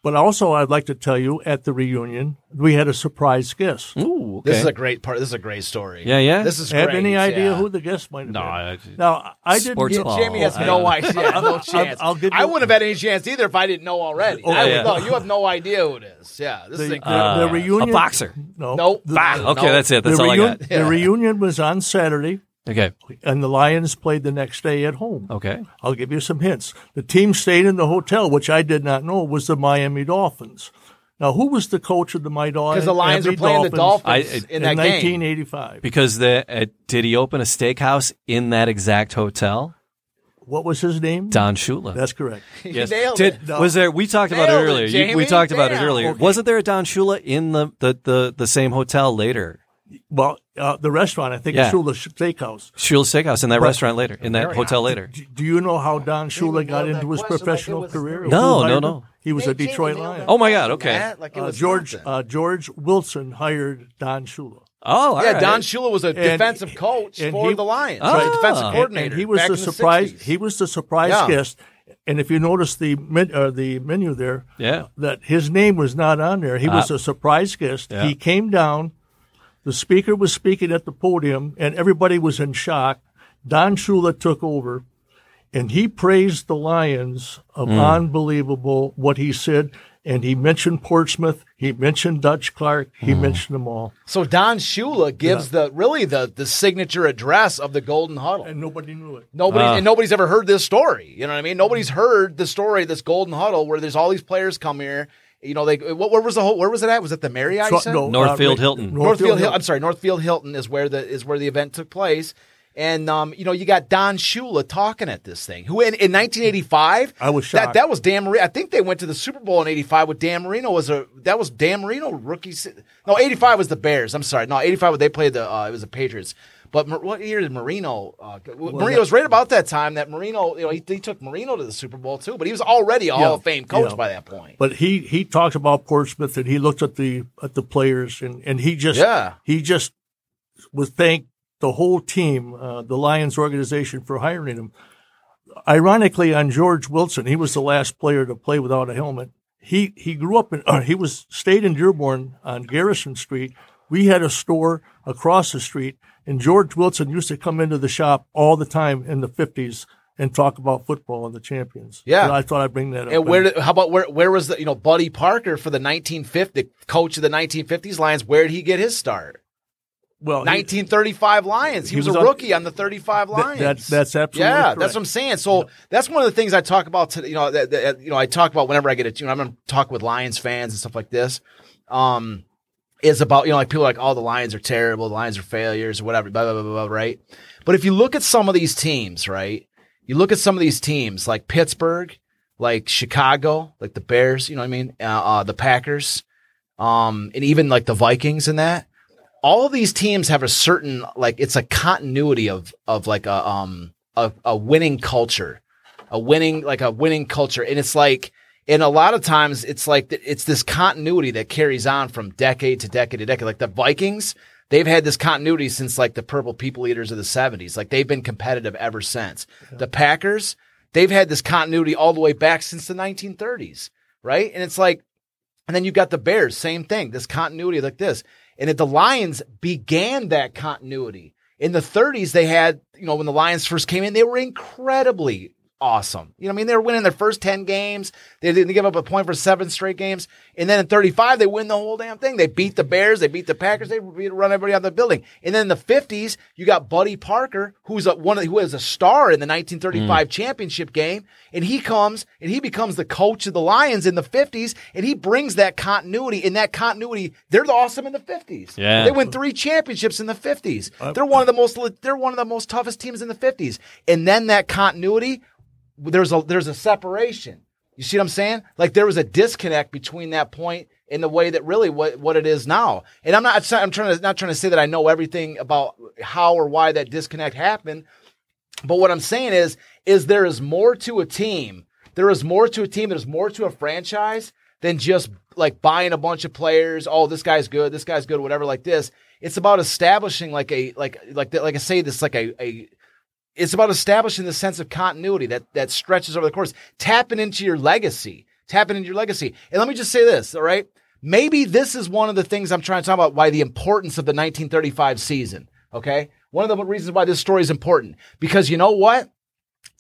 Speaker 5: But also, I'd like to tell you at the reunion we had a surprise guest.
Speaker 3: Ooh, okay.
Speaker 4: This is a great part. This is a great story.
Speaker 3: Yeah, yeah.
Speaker 4: This is
Speaker 5: Have
Speaker 4: great,
Speaker 5: any idea
Speaker 4: yeah.
Speaker 5: who the guest might have
Speaker 3: No,
Speaker 5: been?
Speaker 3: I-
Speaker 5: now I didn't.
Speaker 3: Sports
Speaker 5: get-
Speaker 3: ball.
Speaker 4: Jamie has
Speaker 3: I- [LAUGHS]
Speaker 4: no idea. No
Speaker 5: I'll-
Speaker 4: chance. i
Speaker 5: I'll give you-
Speaker 4: wouldn't have had any chance either if I didn't know already.
Speaker 5: Oh,
Speaker 4: I would
Speaker 3: yeah.
Speaker 4: know. You have no idea who it is. Yeah, this is
Speaker 5: the,
Speaker 4: incredible.
Speaker 5: the- the reunion.
Speaker 3: Uh, a boxer.
Speaker 5: No.
Speaker 4: Nope.
Speaker 5: The-
Speaker 3: Bah,
Speaker 4: No.
Speaker 3: okay, that's it. That's
Speaker 5: the,
Speaker 3: all
Speaker 5: reun-
Speaker 3: I
Speaker 5: the reunion was on Saturday,
Speaker 3: got. Okay,
Speaker 5: and the Lions played the next day at home.
Speaker 3: okay.
Speaker 5: I'll give you some hints. The team stayed in the hotel, which I did not know was the Miami Dolphins. Now, who was the coach of the Miami Dolphins?
Speaker 4: Because the Lions are playing the Dolphins
Speaker 3: I-
Speaker 4: in that game.
Speaker 5: 1985.
Speaker 3: Because the uh, did he open a steakhouse in that exact hotel?
Speaker 5: What was his name?
Speaker 3: Don Shula.
Speaker 5: That's correct.
Speaker 4: Yes. Nailed
Speaker 3: Did-
Speaker 4: it.
Speaker 3: Was there? We talked about it
Speaker 4: Nailed it,
Speaker 3: earlier. You- we
Speaker 4: Jamie.
Speaker 3: talked about it
Speaker 4: Damn.
Speaker 3: earlier.
Speaker 5: Okay.
Speaker 3: Wasn't there a Don Shula in the the the, the same hotel later?
Speaker 5: Well, uh, the restaurant, I think,
Speaker 3: Yeah.
Speaker 5: Shula Steakhouse.
Speaker 3: Shula Steakhouse in that restaurant later, in that hotel
Speaker 4: [LAUGHS]
Speaker 3: later.
Speaker 5: D- Do you know how Don Shula got into his professional career?
Speaker 3: No,
Speaker 5: Who
Speaker 3: no,
Speaker 5: hired
Speaker 3: no.
Speaker 5: him? He was a Detroit Lion.
Speaker 3: Oh my God! Okay.
Speaker 4: Matt, like it
Speaker 5: Uh,
Speaker 4: was
Speaker 5: George
Speaker 4: nothing.
Speaker 5: uh, George Wilson hired Don Shula.
Speaker 3: Oh, all
Speaker 4: yeah,
Speaker 3: right.
Speaker 4: Don Shula was a defensive coach
Speaker 5: and
Speaker 4: for
Speaker 5: he-
Speaker 4: the Lions,
Speaker 3: Ah.
Speaker 4: right, defensive
Speaker 3: And-
Speaker 5: And-
Speaker 4: coordinator.
Speaker 5: And, he was
Speaker 4: back
Speaker 5: the
Speaker 4: in
Speaker 5: surprise.
Speaker 4: 60s.
Speaker 5: he was the surprise
Speaker 4: Yeah.
Speaker 5: guest. And if you notice the men, uh, the menu there,
Speaker 3: Yeah. Ah.
Speaker 5: that his name was not on there. He was a surprise guest.
Speaker 3: Yeah.
Speaker 5: He came down. The speaker was speaking at the podium, and everybody was in shock. Don Shula took over, and he praised the Lions of
Speaker 3: Mm.
Speaker 5: unbelievable what he said. And he mentioned Portsmouth. He mentioned Dutch Clark. He
Speaker 3: Mm.
Speaker 5: mentioned them all.
Speaker 4: so Don Shula gives the really the the signature address of the Golden Huddle.
Speaker 5: And nobody knew it.
Speaker 4: Nobody and nobody's ever heard this story. You know what I mean? Nobody's heard the story of this Golden Huddle where there's all these players come here. You know, they what, where was the whole, where was it at? Was it the Marriott? you
Speaker 5: So-
Speaker 4: said?
Speaker 5: no,
Speaker 3: Northfield
Speaker 5: uh,
Speaker 3: Hilton.
Speaker 4: Northfield Hilton. I'm sorry, Northfield Hilton is where the is where the event took place. And um, you know, you got Don Shula talking at this thing. Who in, in 1985?
Speaker 5: I was
Speaker 4: That,
Speaker 5: shocked.
Speaker 4: that was Dan Marino. I think they went to the Super Bowl in '85 with Dan Marino. Was a that was Dan Marino rookie? se- No, '85 was the Bears. I'm sorry, no '85 they played the uh, it was the Patriots. But Mar- what year did Marino? Uh, Marino was right about that time that Marino. You know, he, he took Marino to the Super Bowl too, but he was already a Hall of Fame coach
Speaker 5: Yeah.
Speaker 4: by that point.
Speaker 5: But he he talked about Portsmouth and he looked at the at the players and and he just
Speaker 4: Yeah.
Speaker 5: he just was thanked the whole team, uh, the Lions organization for hiring him. Ironically, on George Wilson, he was the last player to play without a helmet. He he grew up in or he was stayed in Dearborn on Garrison Street. We had a store across the street, and George Wilson used to come into the shop all the time in the fifties and talk about football and the champions.
Speaker 4: Yeah.
Speaker 5: And I thought I'd bring that up.
Speaker 4: And where? Did, how about where? Where was the you know Buddy Parker for the 1950 the coach of the 1950s Lions? Where did he get his start?
Speaker 5: well, he-
Speaker 4: 1935 Lions. He,
Speaker 5: he
Speaker 4: was,
Speaker 5: was
Speaker 4: a
Speaker 5: on-
Speaker 4: rookie on the 35
Speaker 5: that-
Speaker 4: Lions.
Speaker 5: that's absolutely
Speaker 4: yeah. That's
Speaker 5: correct.
Speaker 4: what I'm saying. So that's one of the things I talk about. Today, you know, that, that- you know, I talk about whenever I get a tune. I'm going to talk with Lions fans and stuff like this. Um, is about, you know, like people are like, oh, the Lions are terrible, the Lions are failures or whatever, blah, blah, blah, blah, blah, right? But if you look at some of these teams, right? You look at some of these teams like Pittsburgh, like Chicago, like the Bears, you know what I mean? Uh, uh, the Packers, um, and even like the Vikings and that. All of these teams have a certain like it's a continuity of of like a um a, a winning culture, a winning like a winning culture, and it's like and a lot of times it's like th- it's this continuity that carries on from decade to decade to decade. Like the Vikings, they've had this continuity since like the Purple People Eaters of the '70s. Like they've been competitive ever since. The Packers, they've had this continuity all the way back since the 1930s, right? And it's like and then you've got the Bears, same thing, this continuity like this. And if the Lions began that continuity in the 30s, they had, you know, when the Lions first came in, they were incredibly awesome. You know, what I mean, they were winning their first 10 games. They didn't give up a point for seven straight games. And then in 35, they win the whole damn thing. They beat the Bears, they beat the Packers, they beat, run everybody out of the building. And then in the 50s, you got Buddy Parker, who's a, one of, who was a star in the 1935 championship game. And he comes and he becomes the coach of the Lions in the 50s. And he brings that continuity. And that continuity, they're awesome in the 50s.
Speaker 3: Yeah.
Speaker 4: They win three championships in the 50s. they're one of the most, le- they're one of the most toughest teams in the 50s. And then that continuity there's a there's a separation. You see what I'm saying? Like there was a disconnect between that point and the way that really what, what it is now. And I'm not sa- I'm trying to not trying to say that I know everything about how or why that disconnect happened, but what I'm saying is is there is more to a team. There is more to a team. There's more to a franchise than just like buying a bunch of players. Oh, this guy's good. This guy's good. Whatever. Like this. It's about establishing like a like like the, like I say this like a a it's about establishing the sense of continuity that that stretches over the course, tapping into your legacy, tapping into your legacy. And let me just say this, all right? Maybe this is one of the things I'm trying to talk about why the importance of the 1935 season, okay? One of the reasons why this story is important because you know what?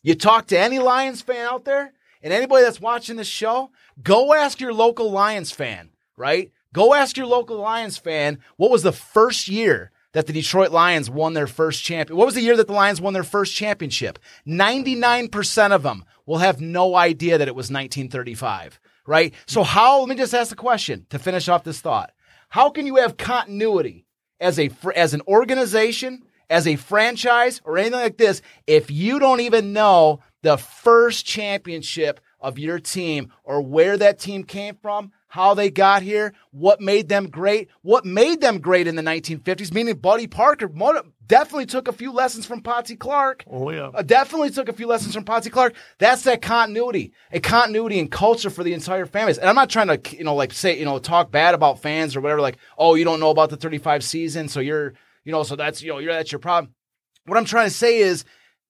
Speaker 4: You talk to any Lions fan out there and anybody that's watching this show, go ask your local Lions fan, right? Go ask your local Lions fan what was the first year that the Detroit Lions won their first champion. What was the year that the Lions won their first championship? 99% of them will have no idea that it was 1935, right? So how let me just ask the question to finish off this thought. How can you have continuity as a fr- as an organization, as a franchise, or anything like this if you don't even know the first championship of your team or where that team came from, how they got here, what made them great, what made them great in the 1950s? Meaning Buddy Parker mo- definitely took a few lessons from Patsy Clark.
Speaker 5: Oh, yeah.
Speaker 4: Uh, definitely took a few lessons from Patsy Clark. That's that continuity, a continuity in culture for the entire families. And I'm not trying to, you know, like say, you know, talk bad about fans or whatever. Like, oh, you don't know about the 35 season, so you're, you know, so that's, you know, you're that's your problem. What I'm trying to say is,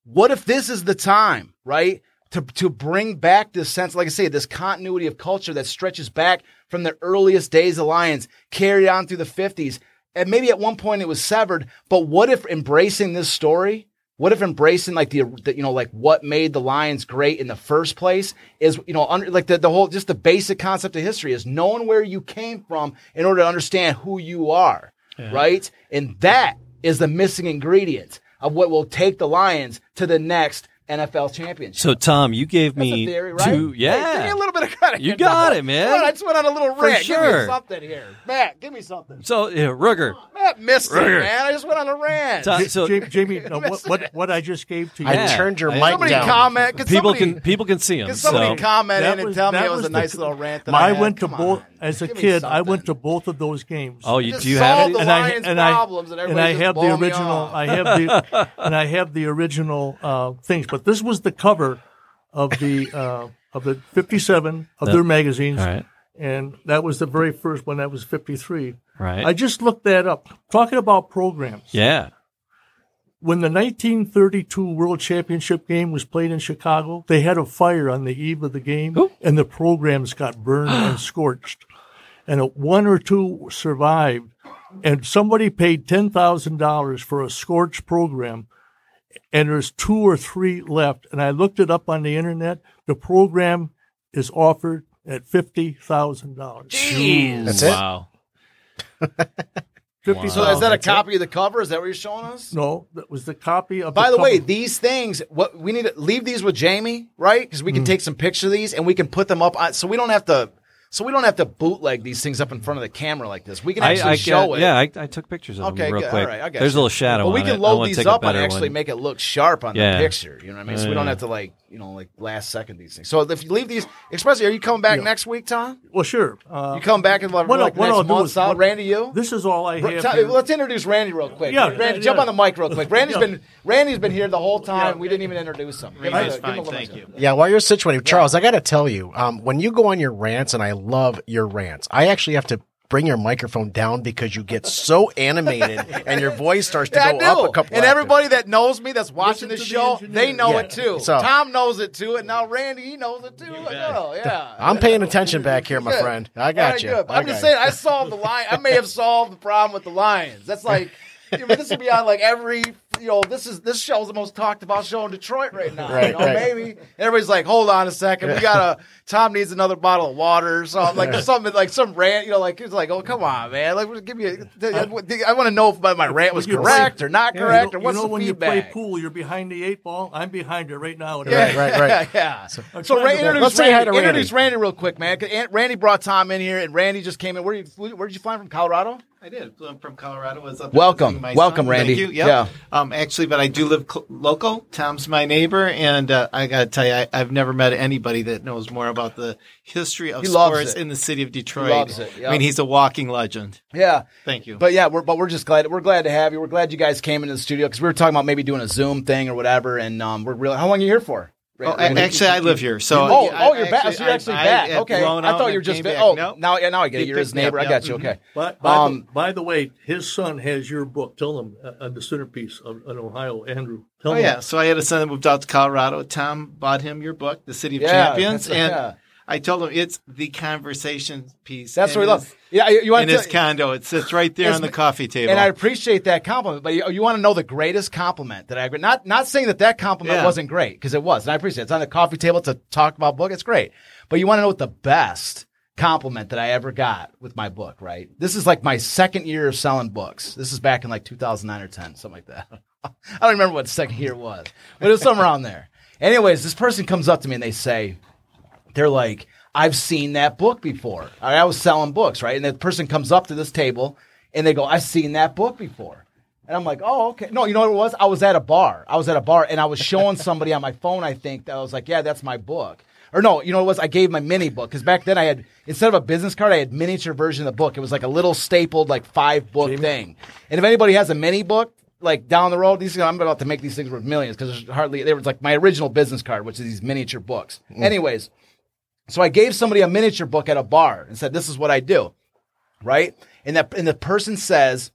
Speaker 4: what if this is the time, right? To, to bring back this sense, like I say, this continuity of culture that stretches back from the earliest days of Lions, carried on through the 50s. And maybe at one point it was severed, but what if embracing this story, what if embracing like the, the you know, like what made the Lions great in the first place is, you know, under, like the, the whole, just the basic concept of history is knowing where you came from in order to understand who you are, right? And that is the missing ingredient of what will take the Lions to the next NFL championship.
Speaker 3: So Tom, you gave
Speaker 4: That's
Speaker 3: me
Speaker 4: a theory, right?
Speaker 3: two.
Speaker 4: Hey,
Speaker 3: Yeah,
Speaker 4: give me a little bit of credit.
Speaker 3: You
Speaker 4: here,
Speaker 3: got
Speaker 4: Bubba.
Speaker 3: it, man.
Speaker 4: Come on, I just went on a little
Speaker 3: For
Speaker 4: rant. Give
Speaker 3: sure.
Speaker 4: me something here, Matt. Give me something.
Speaker 3: So yeah, Ruger.
Speaker 4: Matt missed it,
Speaker 3: Rugger.
Speaker 4: man. I just went on a rant.
Speaker 3: Tom,
Speaker 5: Ja-
Speaker 3: so
Speaker 5: Ja-
Speaker 4: [LAUGHS]
Speaker 5: Jamie, uh, what, what what I just gave to you.
Speaker 3: Yeah.
Speaker 6: I turned your
Speaker 3: I-
Speaker 6: mic
Speaker 4: somebody
Speaker 6: down.
Speaker 4: comment. Could
Speaker 3: people
Speaker 4: somebody,
Speaker 3: can people can see him.
Speaker 4: could somebody
Speaker 3: so.
Speaker 4: comment
Speaker 5: That
Speaker 4: in and
Speaker 5: was-
Speaker 4: tell me
Speaker 5: that
Speaker 4: it was,
Speaker 5: was
Speaker 4: a nice
Speaker 5: the-
Speaker 4: little rant that I,
Speaker 5: I
Speaker 4: had?
Speaker 5: went to
Speaker 4: Come
Speaker 5: both
Speaker 4: on.
Speaker 5: as a
Speaker 4: Give me
Speaker 5: kid. I
Speaker 4: something.
Speaker 5: went to both of those games.
Speaker 3: Oh, you
Speaker 4: Just
Speaker 3: do have
Speaker 4: solve
Speaker 3: it.
Speaker 4: the-
Speaker 5: and I,
Speaker 4: Lions
Speaker 5: and I-
Speaker 4: problems and
Speaker 5: and I
Speaker 4: everybody's just
Speaker 5: have the
Speaker 4: blowing me
Speaker 5: original.
Speaker 4: off.
Speaker 5: I have the [LAUGHS] and I have the original uh, things. But this was the cover of the uh, of the fifty seven of their magazines,
Speaker 3: All right.
Speaker 5: and that was the very first one. That was fifty three.
Speaker 3: Right.
Speaker 5: I just looked that up. Talking about programs,
Speaker 3: yeah.
Speaker 5: when the 1932 World Championship game was played in Chicago, they had a fire on the eve of the game, and the programs got burned and scorched. And uh, one or two survived, and somebody paid ten thousand dollars for a scorched program, and there's two or three left. And I looked it up on the internet. The program is offered at fifty thousand dollars.
Speaker 6: That's it?
Speaker 3: wow.
Speaker 5: Fifty
Speaker 4: So
Speaker 3: Oh,
Speaker 4: is that a copy of the cover? Is that what you're showing us?
Speaker 5: No, that was the copy of.
Speaker 4: By the
Speaker 5: cover.
Speaker 4: way, these things, what we
Speaker 3: Mm.
Speaker 4: need to leave these with Jamie, right? Because uh, we can take some picture of these and we can put them up on, so we don't have to. So we don't have to bootleg these things up in front of the camera like this. We can
Speaker 3: I,
Speaker 4: actually
Speaker 3: I
Speaker 4: show
Speaker 3: got-
Speaker 4: it.
Speaker 3: Yeah, I, I took pictures of
Speaker 4: Okay,
Speaker 3: them real
Speaker 4: good.
Speaker 3: quick.
Speaker 4: All right, I got
Speaker 3: There's
Speaker 4: you.
Speaker 3: a little shadow
Speaker 4: But we
Speaker 3: on
Speaker 4: can
Speaker 3: it. I
Speaker 4: load
Speaker 3: wanna
Speaker 4: these
Speaker 3: take a
Speaker 4: up and
Speaker 3: better
Speaker 4: actually
Speaker 3: one.
Speaker 4: make it look sharp on
Speaker 3: Yeah. Uh.
Speaker 4: the picture. You know what I mean? so we
Speaker 3: Yeah.
Speaker 4: don't have to like you know like last second these things. So if you leave these, especially, are you coming back next week, Tom?
Speaker 5: Well, sure. Uh,
Speaker 4: You come back and like,
Speaker 5: what I'll-
Speaker 4: like
Speaker 5: what I'll
Speaker 4: next
Speaker 5: do
Speaker 4: month
Speaker 5: is-
Speaker 4: out,
Speaker 5: what-
Speaker 4: Randy? You?
Speaker 5: This is all I have.
Speaker 4: Tell-
Speaker 5: here.
Speaker 4: let's introduce Randy real quick.
Speaker 5: Yeah,
Speaker 4: Randy,
Speaker 5: yeah,
Speaker 4: jump
Speaker 5: yeah.
Speaker 4: on the mic real quick. Randy's
Speaker 5: Yeah.
Speaker 4: been Randy's been here the whole time.
Speaker 5: Yeah.
Speaker 4: We didn't even introduce him. Give him
Speaker 6: Randy's
Speaker 4: a- give him
Speaker 6: fine,
Speaker 4: a
Speaker 6: thank
Speaker 4: listen.
Speaker 6: you.
Speaker 7: Yeah, while you're situated, Charles, I got to tell you, um, when you go on your rants, and I love your rants, I actually have to bring your microphone down because you get so
Speaker 4: [LAUGHS]
Speaker 7: animated and your voice starts to
Speaker 4: Yeah, I
Speaker 7: go
Speaker 4: do.
Speaker 7: up a couple.
Speaker 4: and
Speaker 7: octaves.
Speaker 4: everybody that knows me, that's watching
Speaker 5: Listen
Speaker 4: this
Speaker 5: to the
Speaker 4: show,
Speaker 5: engineer.
Speaker 4: they know
Speaker 7: Yeah.
Speaker 4: it too.
Speaker 7: So-
Speaker 4: Tom knows it too, and now Randy he knows it too. as well. yeah,
Speaker 7: I'm paying attention back here, my
Speaker 4: Good.
Speaker 7: friend. I
Speaker 4: All
Speaker 7: got
Speaker 4: right,
Speaker 7: you.
Speaker 4: good.
Speaker 7: I
Speaker 4: I'm just
Speaker 7: got you.
Speaker 4: saying, I solved the lion. I may have solved the problem with the Lions. That's like, you know, this would be on like every, you know, this is this show's the most talked about show in Detroit right now. you
Speaker 7: Right,
Speaker 4: know,
Speaker 7: right.
Speaker 4: maybe everybody's like, hold on a second, we
Speaker 5: [LAUGHS]
Speaker 4: got to Tom needs another bottle of water. or something like there's something like some rant, you know, like he's like, oh come on, man, like give me, a, I want to know if my my rant was
Speaker 5: You play-
Speaker 4: correct or not
Speaker 5: Yeah, you
Speaker 4: correct
Speaker 5: know-
Speaker 4: or what's
Speaker 5: you know
Speaker 4: the
Speaker 5: when you play
Speaker 4: feedback.
Speaker 5: pool, you're behind the eight ball. I'm behind it right now.
Speaker 7: Right, right,
Speaker 4: [LAUGHS]
Speaker 7: right.
Speaker 4: yeah. So,
Speaker 5: trying
Speaker 4: Ra-
Speaker 5: to-
Speaker 4: introduce,
Speaker 7: Let's say
Speaker 4: Randy,
Speaker 7: hi to Randy.
Speaker 4: introduce Randy real quick, man. 'cause Aunt- Randy brought Tom in here, and Randy just came in. Where you, where did you fly from? Colorado?
Speaker 6: I did. I'm from Colorado. Was up
Speaker 4: Welcome.
Speaker 6: visiting my
Speaker 4: Welcome,
Speaker 6: son.
Speaker 4: Randy.
Speaker 6: Thank you. Yep.
Speaker 4: Yeah.
Speaker 6: Um, actually, but I do live cl- local. Tom's my neighbor, and uh, I got to tell you, I, I've never met anybody that knows more about the history of
Speaker 4: He loves
Speaker 6: sports
Speaker 4: it.
Speaker 6: in the city of Detroit.
Speaker 4: loves it,
Speaker 6: I
Speaker 4: yep.
Speaker 6: mean, he's a walking legend.
Speaker 4: Yeah.
Speaker 6: Thank you.
Speaker 4: But yeah, we're but we're just glad we're glad to have you. We're glad you guys came into the studio because we were talking about maybe doing a Zoom thing or whatever. And um, we're really how long are you here for?
Speaker 6: Oh, a- actually, I live here. So
Speaker 4: Oh,
Speaker 6: I-
Speaker 4: oh,
Speaker 6: I
Speaker 4: you're back. So you're actually back.
Speaker 6: had
Speaker 4: okay,
Speaker 6: blown
Speaker 4: I
Speaker 6: out
Speaker 4: thought
Speaker 6: and
Speaker 4: you were
Speaker 6: I
Speaker 4: just.
Speaker 6: came
Speaker 4: vi-
Speaker 6: back.
Speaker 4: oh,
Speaker 6: Nope.
Speaker 4: now yeah, now I get it.
Speaker 6: They
Speaker 4: You're his
Speaker 6: picked me
Speaker 4: neighbor.
Speaker 6: up,
Speaker 4: I got
Speaker 6: yeah.
Speaker 4: you. Okay.
Speaker 5: By, by,
Speaker 4: Um,
Speaker 5: the, by the way, his son has your book. Tell him uh, uh, the centerpiece of, in Ohio, Andrew. Tell
Speaker 6: Oh
Speaker 5: him.
Speaker 6: yeah, so I had a son that moved out to Colorado. Tom bought him your book, The City of
Speaker 4: Yeah,
Speaker 6: Champions,
Speaker 4: that's-
Speaker 6: and
Speaker 4: yeah.
Speaker 6: I told him it's the conversation piece.
Speaker 4: That's
Speaker 6: in
Speaker 4: what we love.
Speaker 6: his-
Speaker 4: Yeah, you, you want
Speaker 6: in his condo. It sits right there
Speaker 4: It's-
Speaker 6: on the coffee table.
Speaker 4: uh, And I appreciate that compliment, but you, you want to know the greatest compliment that I agree. Not not saying that that compliment
Speaker 6: Yeah.
Speaker 4: wasn't great because it was, and I appreciate it. It's on the coffee table to talk about book. It's great, but you want to know what the best compliment that I ever got with my book, right? This is like my second year of selling books. This is back in like 2009 or 10, something like that. [LAUGHS] I don't remember what the second year was, but it was somewhere around there. Anyways, this person comes up to me and they say, they're like, I've seen that book before. I I was selling books, right? And the person comes up to this table and they go, I've seen that book before. And I'm like, oh, okay. No, you know what it was? I was at a bar. I was at a bar and I was showing somebody on my phone, I think, that I was like, yeah, that's my book. Or no, you know what it was? I gave my mini book because back then I had, instead of a business card, I had miniature version of the book. It was like a little stapled, like five book thing. And if anybody has a mini book, like down the road, these I'm about to make these things worth millions because there's hardly, there was like my original business card, which is these miniature books. Anyways, so I gave somebody a miniature book at a bar and said, "This is what I do," right? And that and the person says,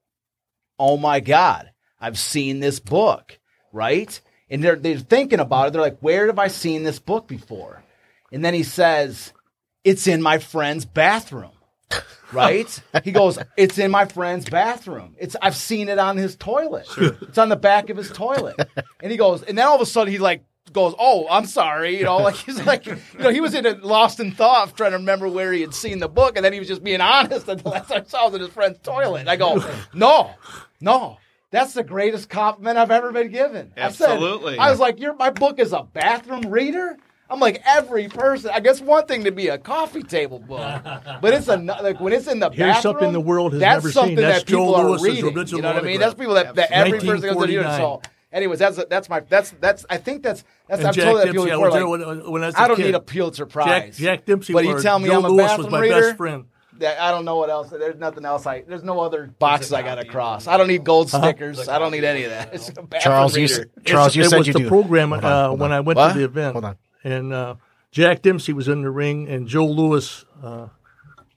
Speaker 4: "Oh my god, I've seen this book," right? And they're they're thinking about it. They're like, "Where have I seen this book before?" And then he says, "It's in my friend's bathroom." Right? he goes, "It's in my friend's bathroom. It's I've seen it on his toilet. It's on the back of his toilet." and he goes, and then all of a sudden he like goes, "Oh, I'm sorry," you know, like he's like, you know, he was in a lost in thought trying to remember where he had seen the book, and then he was just being honest. [LAUGHS] And the last time I saw was in his friend's toilet, and I go, "No, no." That's the greatest compliment I've ever been given. I said-
Speaker 6: Absolutely.
Speaker 4: I was like, "Your my book is a bathroom reader." I'm like every person. I guess one thing to be a coffee table
Speaker 5: [LAUGHS]
Speaker 4: book, but it's another like when it's in the
Speaker 5: Here's
Speaker 4: bathroom,
Speaker 5: something the world has
Speaker 4: that's
Speaker 5: never
Speaker 4: something
Speaker 5: seen. That's
Speaker 4: that people
Speaker 5: Joe
Speaker 4: are
Speaker 5: Lewis's
Speaker 4: reading.
Speaker 5: original
Speaker 4: you know what I mean?
Speaker 5: autograph.
Speaker 4: That's people that, that every person goes to the
Speaker 5: 1949.
Speaker 4: So, anyways, that's that's my that's that's I think that's that's
Speaker 5: And
Speaker 4: I've
Speaker 5: Jack
Speaker 4: told that
Speaker 5: Dempsey,
Speaker 4: people
Speaker 5: I
Speaker 4: before.
Speaker 5: was there
Speaker 4: like,
Speaker 5: when- when I was a
Speaker 4: don't
Speaker 5: kid.
Speaker 4: need a Pulitzer
Speaker 5: Jack,
Speaker 4: Prize.
Speaker 5: Jack Dempsey.
Speaker 4: but you
Speaker 5: or
Speaker 4: tell me
Speaker 5: Joe
Speaker 4: I'm a
Speaker 5: Lewis
Speaker 4: bathroom
Speaker 5: was my
Speaker 4: reader.
Speaker 5: best friend.
Speaker 4: That I don't know what else. There's nothing else. I there's no other boxes I got to cross. I don't need gold stickers. I don't need any of that. It's a bathroom
Speaker 7: Charles, you,
Speaker 4: reader.
Speaker 7: s-
Speaker 5: It's-
Speaker 7: Charles, you
Speaker 5: it
Speaker 7: said
Speaker 5: was
Speaker 7: you
Speaker 5: the
Speaker 7: do.
Speaker 5: program
Speaker 7: Hold on,
Speaker 5: uh,
Speaker 7: hold
Speaker 5: when
Speaker 7: on.
Speaker 5: I went
Speaker 7: What?
Speaker 5: to the event.
Speaker 7: Hold on.
Speaker 5: And uh, Jack Dempsey was in the ring, and Joe Lewis. Uh,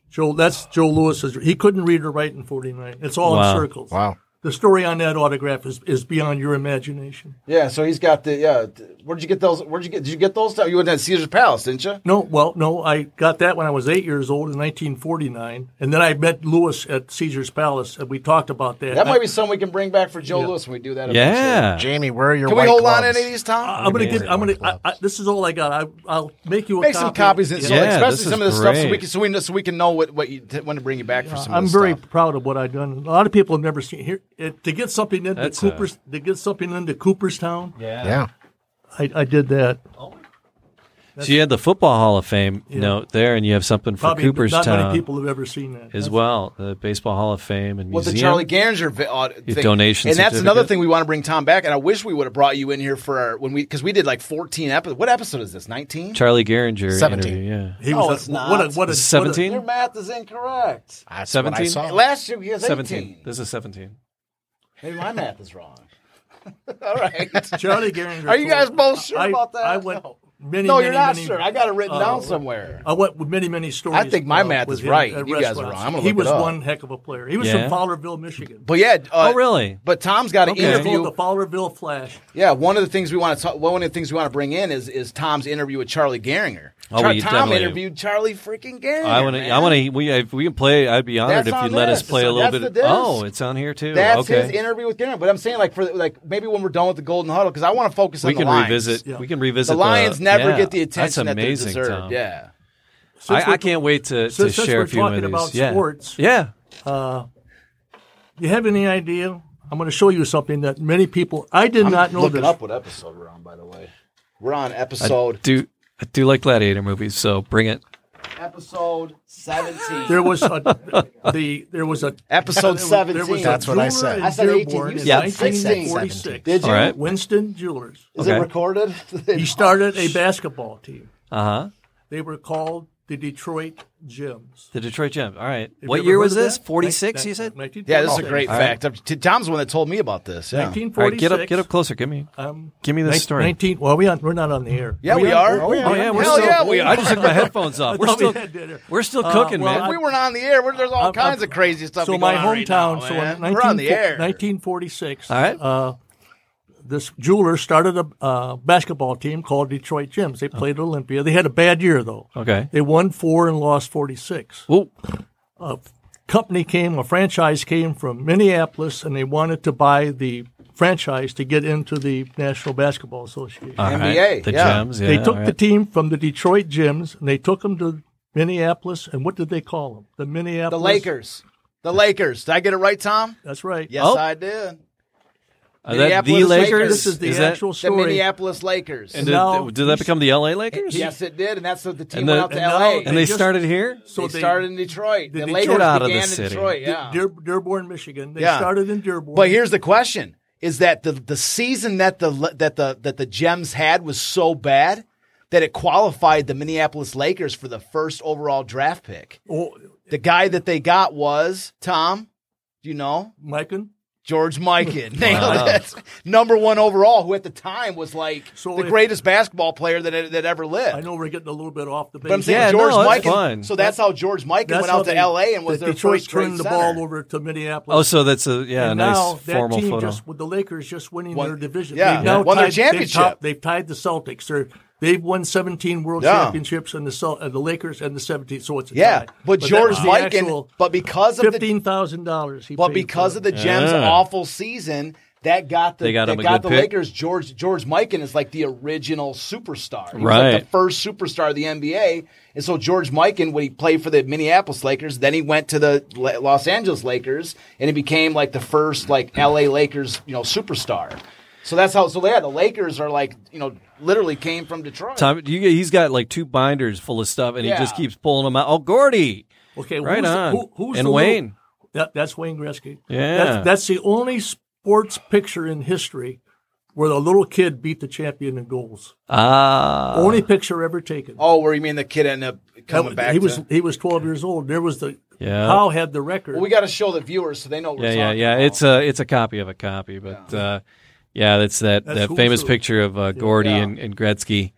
Speaker 5: Joe, that's Joe Lewis. He couldn't read or write in '49. It's all
Speaker 3: Wow.
Speaker 5: in circles.
Speaker 7: Wow.
Speaker 5: The story on that autograph is, is beyond your imagination.
Speaker 4: Yeah. So he's got the yeah. th- Where'd you get those? Where'd you get? Did you get those? You went to Caesar's Palace, didn't you?
Speaker 5: No, well, no, I got that when I was eight years old in 1949, and then I met Lewis at Caesar's Palace, and we talked about that.
Speaker 4: That
Speaker 5: I-
Speaker 4: might be something we can bring back for Joe Lewis when we do that. eventually.
Speaker 3: Yeah.
Speaker 7: Jamie, where are your
Speaker 4: Can
Speaker 7: white
Speaker 4: we hold
Speaker 7: gloves?
Speaker 4: on to any of these, Tom?
Speaker 5: I'm gonna get. I'm gonna. I, I, this is all I got. I, I'll make you a
Speaker 4: make
Speaker 5: copy.
Speaker 4: some copies, and so, like,
Speaker 3: Yeah,
Speaker 4: especially
Speaker 3: this
Speaker 4: some of
Speaker 3: is
Speaker 4: this stuff, so we
Speaker 3: great.
Speaker 4: can so we, know, so we can know what, what you t- when to bring you back for some.
Speaker 5: I'm
Speaker 4: of this
Speaker 5: very
Speaker 4: stuff.
Speaker 5: proud of what I've done. A lot of people have never seen here it, to get something into
Speaker 3: That's uh,
Speaker 5: Coopers to get something into Cooperstown.
Speaker 7: Yeah.
Speaker 5: I, I did that.
Speaker 3: So you had the Football Hall of Fame
Speaker 5: Yeah.
Speaker 3: note there, and you have something for
Speaker 5: Probably not many
Speaker 3: Cooperstown
Speaker 5: people have ever seen that.
Speaker 3: as well. The Baseball Hall of Fame and
Speaker 4: Well, the
Speaker 3: museum.
Speaker 4: Charlie Garringer vi- uh,
Speaker 3: Your
Speaker 4: thing.
Speaker 3: donation
Speaker 4: and that's another
Speaker 3: certificate.
Speaker 4: thing we want to bring Tom back. And I wish we would have brought you in here for our, when we because we did like fourteen episodes. What episode is this? Nineteen.
Speaker 3: Charlie Garringer
Speaker 7: 17.
Speaker 3: interview. Yeah,
Speaker 5: He
Speaker 4: No,
Speaker 5: was a-
Speaker 4: it's not.
Speaker 5: What a, what a,
Speaker 3: seventeen.
Speaker 4: Your math is incorrect.
Speaker 7: That's what I
Speaker 3: 17?
Speaker 7: saw.
Speaker 4: Last year he was
Speaker 3: 17.
Speaker 4: eighteen.
Speaker 3: This is 17.
Speaker 4: Maybe my math is wrong. [LAUGHS] All right.
Speaker 3: [LAUGHS]
Speaker 5: What a, Charlie
Speaker 4: [LAUGHS]
Speaker 5: Garinger.
Speaker 4: Are you guys both sure
Speaker 5: I,
Speaker 4: about that?
Speaker 5: I went
Speaker 4: No.
Speaker 5: many,
Speaker 4: no,
Speaker 5: many,
Speaker 4: you're not
Speaker 5: many-
Speaker 4: sure. I got it written
Speaker 5: Oh,
Speaker 4: down somewhere.
Speaker 5: I went with many, many stories.
Speaker 4: I think my math
Speaker 5: with
Speaker 4: is
Speaker 5: him
Speaker 4: right.
Speaker 5: at
Speaker 4: You guys are
Speaker 5: restaurants.
Speaker 4: wrong. I'm gonna
Speaker 5: he
Speaker 4: look it
Speaker 5: was
Speaker 4: up.
Speaker 5: one heck of a player. He was
Speaker 3: Yeah?
Speaker 5: from Fowlerville, Michigan.
Speaker 4: But yeah. Uh,
Speaker 3: oh, really?
Speaker 4: But Tom's got an
Speaker 5: He was
Speaker 4: interview.
Speaker 5: called the Fowlerville Flash.
Speaker 4: Yeah, one of the things we want to talk, one of the things we want to bring in is is Tom's interview with Charlie Garinger.
Speaker 3: Oh,
Speaker 4: Char-
Speaker 3: we
Speaker 4: Tom
Speaker 3: definitely-
Speaker 4: interviewed Charlie freaking Garinger.
Speaker 3: I want to. I want to. We if we can play. I'd be honored
Speaker 4: That's
Speaker 3: if
Speaker 4: on
Speaker 3: you'd let us
Speaker 4: this.
Speaker 3: play a
Speaker 4: So
Speaker 3: little
Speaker 4: that's
Speaker 3: bit.
Speaker 4: the disc.
Speaker 3: Oh, it's on here too.
Speaker 4: That's
Speaker 3: okay.
Speaker 4: his interview with Garinger. But I'm saying like for like maybe when we're done with the Golden Huddle because I want to focus on
Speaker 3: we
Speaker 4: the
Speaker 3: can
Speaker 4: Lions.
Speaker 3: revisit.
Speaker 5: Yeah.
Speaker 3: We can revisit.
Speaker 4: The Lions never
Speaker 3: yeah,
Speaker 4: get the attention
Speaker 3: That's amazing,
Speaker 4: that they deserve.
Speaker 3: Tom.
Speaker 4: Yeah.
Speaker 5: Since
Speaker 3: I,
Speaker 5: we're-
Speaker 3: I can't wait to, to
Speaker 5: since- since
Speaker 3: share
Speaker 5: we're
Speaker 3: a few of
Speaker 5: talking
Speaker 3: these.
Speaker 5: about
Speaker 3: yeah.
Speaker 5: sports.
Speaker 3: Yeah.
Speaker 5: You have any idea? I'm going to show you something that many people. I did not know
Speaker 4: Looking
Speaker 5: this.
Speaker 4: up what episode we're on, by the way. We're on episode
Speaker 3: Do I do like gladiator movies? So bring it.
Speaker 4: episode seventeen.
Speaker 5: There was a the there was a
Speaker 4: episode
Speaker 5: there
Speaker 4: seventeen.
Speaker 5: was
Speaker 7: That's
Speaker 5: a
Speaker 7: what I
Speaker 5: jeweler
Speaker 7: said.
Speaker 5: in
Speaker 4: I said 18.
Speaker 5: Dearborn
Speaker 4: You
Speaker 5: in
Speaker 4: said
Speaker 3: Yeah.
Speaker 5: 1946.
Speaker 4: Did you?
Speaker 3: All right.
Speaker 5: Winston Jewelers.
Speaker 4: Is
Speaker 3: Okay.
Speaker 4: it recorded? [LAUGHS]
Speaker 5: He started a basketball team.
Speaker 3: Uh huh.
Speaker 5: They were called the Detroit Gems.
Speaker 3: The Detroit Gym. All right.
Speaker 5: Have you
Speaker 3: what
Speaker 5: ever
Speaker 3: year
Speaker 5: heard
Speaker 3: was
Speaker 5: of
Speaker 3: this?
Speaker 5: that?
Speaker 3: Forty six.
Speaker 5: Nin-
Speaker 3: You said. All
Speaker 5: 1946.
Speaker 4: yeah, this is a great
Speaker 3: All right.
Speaker 4: fact. T- Tom's the one that told me about this. Yeah.
Speaker 5: 1946.
Speaker 3: right. Get up. Get up closer. Give me.
Speaker 5: Um,
Speaker 3: Give me this
Speaker 5: nine-
Speaker 3: story.
Speaker 5: 19. Well, we on, we're not on the air.
Speaker 4: Yeah, we are.
Speaker 3: Oh yeah, we're
Speaker 4: Hell
Speaker 3: still.
Speaker 4: yeah, we
Speaker 3: I just took my headphones
Speaker 5: [LAUGHS]
Speaker 3: off. We're
Speaker 5: thought we
Speaker 3: still.
Speaker 5: had dinner.
Speaker 3: We're still
Speaker 5: Uh,
Speaker 3: cooking,
Speaker 5: well,
Speaker 3: man.
Speaker 4: If we weren't on the air, we're- there's all
Speaker 5: I'm-
Speaker 4: kinds of
Speaker 5: I'm-
Speaker 4: crazy stuff.
Speaker 5: So
Speaker 4: going
Speaker 5: my
Speaker 4: on right
Speaker 5: hometown.
Speaker 4: now,
Speaker 5: so
Speaker 4: man.
Speaker 5: in
Speaker 4: we're on the
Speaker 5: 19
Speaker 4: air.
Speaker 5: 1946.
Speaker 3: All right.
Speaker 5: Uh, this jeweler started a uh, basketball team called Detroit Gems. They played at Olympia. They had a bad year though.
Speaker 3: Okay.
Speaker 5: They won four and lost 46.
Speaker 3: Whoa.
Speaker 5: Company came, a franchise came from Minneapolis, and they wanted to buy the franchise to get into the National Basketball Association.
Speaker 3: All
Speaker 4: NBA,
Speaker 3: right. The
Speaker 4: yeah.
Speaker 3: gems. Ah, Yeah.
Speaker 5: they took
Speaker 3: all
Speaker 5: the
Speaker 3: right.
Speaker 5: team from the Detroit Gems and they took them to Minneapolis. And what did they call them? The
Speaker 4: The
Speaker 5: Minneapolis
Speaker 4: Lakers. The Lakers. Did I get it right, Tom?
Speaker 5: That's right.
Speaker 4: Yes,
Speaker 3: Oh.
Speaker 4: I did.
Speaker 3: Are that the
Speaker 4: Minneapolis
Speaker 3: Lakers?
Speaker 4: Lakers.
Speaker 5: This is the
Speaker 3: that-
Speaker 5: actual
Speaker 4: The
Speaker 5: story.
Speaker 4: Minneapolis Lakers.
Speaker 3: And
Speaker 5: And now-
Speaker 3: did, did that become the LA Lakers?
Speaker 4: yes, it did, and that's what the team
Speaker 3: And the-
Speaker 4: went out to
Speaker 5: and now
Speaker 4: LA.
Speaker 3: And they
Speaker 5: Just-
Speaker 3: started here.
Speaker 5: so
Speaker 4: they started in Detroit. The,
Speaker 5: the Detroit-
Speaker 4: Lakers
Speaker 3: Get out of
Speaker 4: began
Speaker 3: the
Speaker 4: in
Speaker 3: city.
Speaker 4: Detroit. Yeah.
Speaker 5: Dear, Dearborn, Michigan. They
Speaker 4: Yeah.
Speaker 5: started in Dearborn.
Speaker 4: But here's the question: Is that the the season that the that the that the Gems had was so bad that it qualified the Minneapolis Lakers for the first overall draft pick?
Speaker 5: oh,
Speaker 4: The guy that they got was Tom. Do you know
Speaker 5: Mikan.
Speaker 4: George Mikan, [LAUGHS] nailed it. number one overall, who at the time was like
Speaker 5: So
Speaker 4: the
Speaker 5: if-
Speaker 4: greatest basketball player that that ever
Speaker 5: I
Speaker 4: lived.
Speaker 5: know we're getting a little bit off the base.
Speaker 4: But I'm saying
Speaker 3: Yeah,
Speaker 4: George
Speaker 3: no, that's
Speaker 4: Mikan.
Speaker 3: fine.
Speaker 4: So that's how George Mikan
Speaker 5: That's
Speaker 4: went
Speaker 5: how
Speaker 4: out
Speaker 5: they-
Speaker 4: to L.A. and was
Speaker 5: that
Speaker 4: their
Speaker 5: Detroit
Speaker 4: first
Speaker 5: turned
Speaker 4: great
Speaker 5: the
Speaker 4: center.
Speaker 5: ball over to Minneapolis.
Speaker 3: Oh, so that's a yeah,
Speaker 5: and
Speaker 3: nice
Speaker 5: now
Speaker 3: formal
Speaker 5: that team
Speaker 3: photo.
Speaker 5: just with the Lakers just winning
Speaker 4: Won-
Speaker 5: their division.
Speaker 4: yeah,
Speaker 5: they've now
Speaker 4: won their
Speaker 5: tied, they've
Speaker 4: championship.
Speaker 5: top- They've, tied the Celtics. They're, they've won 17 World
Speaker 4: Yeah.
Speaker 5: Championships and the Cel- and the Lakers and the 17. So it's a
Speaker 4: Yeah,
Speaker 5: tie.
Speaker 4: but
Speaker 5: that
Speaker 4: George
Speaker 5: was the
Speaker 4: Mikan-
Speaker 5: actual
Speaker 4: but because of the-
Speaker 5: fifteen thousand dollars, he
Speaker 4: But
Speaker 5: paid
Speaker 4: because
Speaker 5: for
Speaker 4: of
Speaker 5: it.
Speaker 4: the Gems'
Speaker 3: Yeah.
Speaker 4: awful season, that got the
Speaker 3: They got
Speaker 4: that
Speaker 3: him a
Speaker 4: got
Speaker 3: good
Speaker 4: the
Speaker 3: pick.
Speaker 4: Lakers. George George Mikan is like the original superstar, He was, like,
Speaker 3: Right.
Speaker 4: the first superstar of the NBA. And so George Mikan, when he played for the Minneapolis Lakers, then he went to the La- Los Angeles Lakers, and he became like the first like LA Lakers, you know, superstar. So that's how. So yeah, the Lakers are like you know literally came from Detroit.
Speaker 3: Tom, you, he's got like two binders full of stuff, and he
Speaker 4: Yeah.
Speaker 3: just keeps pulling them out. Oh, Gordy,
Speaker 5: okay,
Speaker 3: right
Speaker 5: who's the-
Speaker 3: on.
Speaker 5: who- who's
Speaker 3: and
Speaker 5: the little-
Speaker 3: Wayne.
Speaker 5: That, that's Wayne Gretzky.
Speaker 3: Yeah.
Speaker 5: That's, that's the only sports picture in history where the little kid beat the champion in goals.
Speaker 3: Ah,
Speaker 5: only picture ever taken.
Speaker 4: Oh, where you mean the kid ended up
Speaker 5: That
Speaker 4: coming
Speaker 5: was-
Speaker 4: back?
Speaker 5: he was
Speaker 4: to-
Speaker 5: he was 12 years old. There was the
Speaker 3: Yeah.
Speaker 5: Howe had the record.
Speaker 4: Well, we got to show the viewers so they know. What
Speaker 3: yeah,
Speaker 4: we're
Speaker 3: yeah,
Speaker 4: talking
Speaker 3: yeah.
Speaker 4: about.
Speaker 3: It's a it's a copy of a copy, but yeah, uh, yeah that's that
Speaker 5: That's
Speaker 3: that
Speaker 5: who's
Speaker 3: famous
Speaker 5: who.
Speaker 3: picture of uh, Gordy And, and Gretzky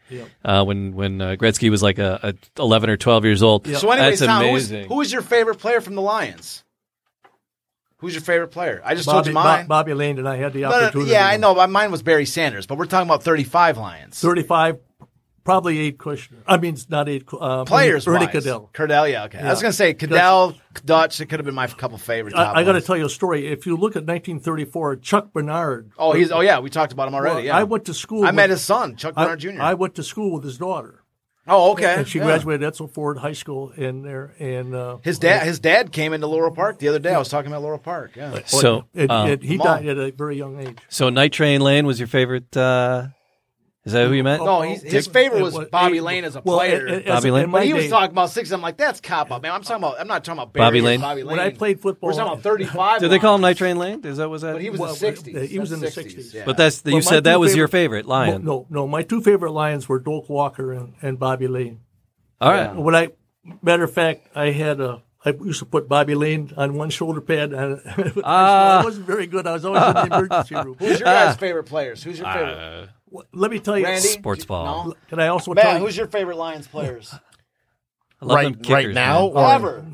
Speaker 3: uh, when when uh, Gretzky was like a, a eleven or twelve years old.
Speaker 4: So, anyways,
Speaker 3: that's
Speaker 4: Tom, who was,
Speaker 3: amazing.
Speaker 4: who was your favorite player from the Lions? Who's your favorite player? I just told
Speaker 5: Bobby,
Speaker 4: you
Speaker 5: Bo-
Speaker 4: mine.
Speaker 5: Bobby Lane and I had the
Speaker 4: No, no, no,
Speaker 5: opportunity.
Speaker 4: uh, yeah, I know. But mine was Barry Sanders, but we're talking about 35 Lions.
Speaker 5: 35, probably eight Kushner. I mean, it's not eight. Uh,
Speaker 4: Players,
Speaker 5: Ernie
Speaker 4: wise.
Speaker 5: Cadell.
Speaker 4: Cardell, yeah, okay. I was
Speaker 5: Yeah.
Speaker 4: going to say Cadell, Dutch. It could have been my couple favorite. top
Speaker 5: I, I got to
Speaker 4: ones.
Speaker 5: tell you a story. If you look at 1934, Chuck Bernard.
Speaker 4: Oh, he's. Oh, yeah. We talked about him already. yeah.
Speaker 5: I went to school.
Speaker 4: I met
Speaker 5: with-
Speaker 4: his son, Chuck
Speaker 5: I,
Speaker 4: Bernard Jr.
Speaker 5: I went to school with his daughter.
Speaker 4: oh, okay.
Speaker 5: And she
Speaker 4: yeah.
Speaker 5: graduated Etzel Ford High School in there. And uh,
Speaker 4: His dad. His dad came into Laurel Park the other day. I was talking about Laurel Park. Yeah.
Speaker 3: so
Speaker 5: and-
Speaker 3: uh,
Speaker 5: and he
Speaker 4: Mom.
Speaker 5: died at a very young age.
Speaker 3: so Night Train Lane was your favorite uh, Is that who you
Speaker 5: Oh,
Speaker 3: meant?
Speaker 4: No, he's, his favorite was
Speaker 5: Well,
Speaker 4: Bobby
Speaker 5: eh,
Speaker 4: Lane as a
Speaker 5: well,
Speaker 4: player.
Speaker 5: eh, eh, as-
Speaker 3: Bobby Lane?
Speaker 5: in my
Speaker 4: But he was
Speaker 5: day-
Speaker 4: talking about six. I'm like, that's cop out, man. I'm talking about. I'm not talking about
Speaker 3: Bobby
Speaker 4: Barry or
Speaker 3: Lane?
Speaker 4: Bobby Lane.
Speaker 5: When I played football-
Speaker 4: we're talking about 35.
Speaker 3: Did they call him Night Train Lane? Is that was that?
Speaker 4: But he was
Speaker 5: Well,
Speaker 4: in the 60s.
Speaker 5: he was in the
Speaker 4: That's
Speaker 5: 60s.
Speaker 4: yeah.
Speaker 3: But that's the, you
Speaker 5: Well, my
Speaker 3: said that
Speaker 5: two
Speaker 3: was
Speaker 5: favorite-
Speaker 3: your favorite lion.
Speaker 5: No, no, my two favorite lions were Doak Walker and, and Bobby Lane.
Speaker 3: All right.
Speaker 5: When I, matter of fact, I had a. I used to put Bobby Lane on one shoulder pad, and [LAUGHS]
Speaker 3: Ah.
Speaker 5: I wasn't very good. I was always in the emergency room.
Speaker 3: [LAUGHS]
Speaker 4: who's your guys' favorite players? Who's your favorite?
Speaker 5: Well, Let me tell you,
Speaker 4: Randy?
Speaker 3: Sports ball.
Speaker 4: No?
Speaker 5: can I also
Speaker 4: Matt,
Speaker 5: Uh, tell you?
Speaker 4: who's your favorite Lions
Speaker 5: [LAUGHS]
Speaker 4: players?
Speaker 3: I love
Speaker 7: right,
Speaker 3: them kickers,
Speaker 7: right now,
Speaker 3: man.
Speaker 7: or
Speaker 4: Ever.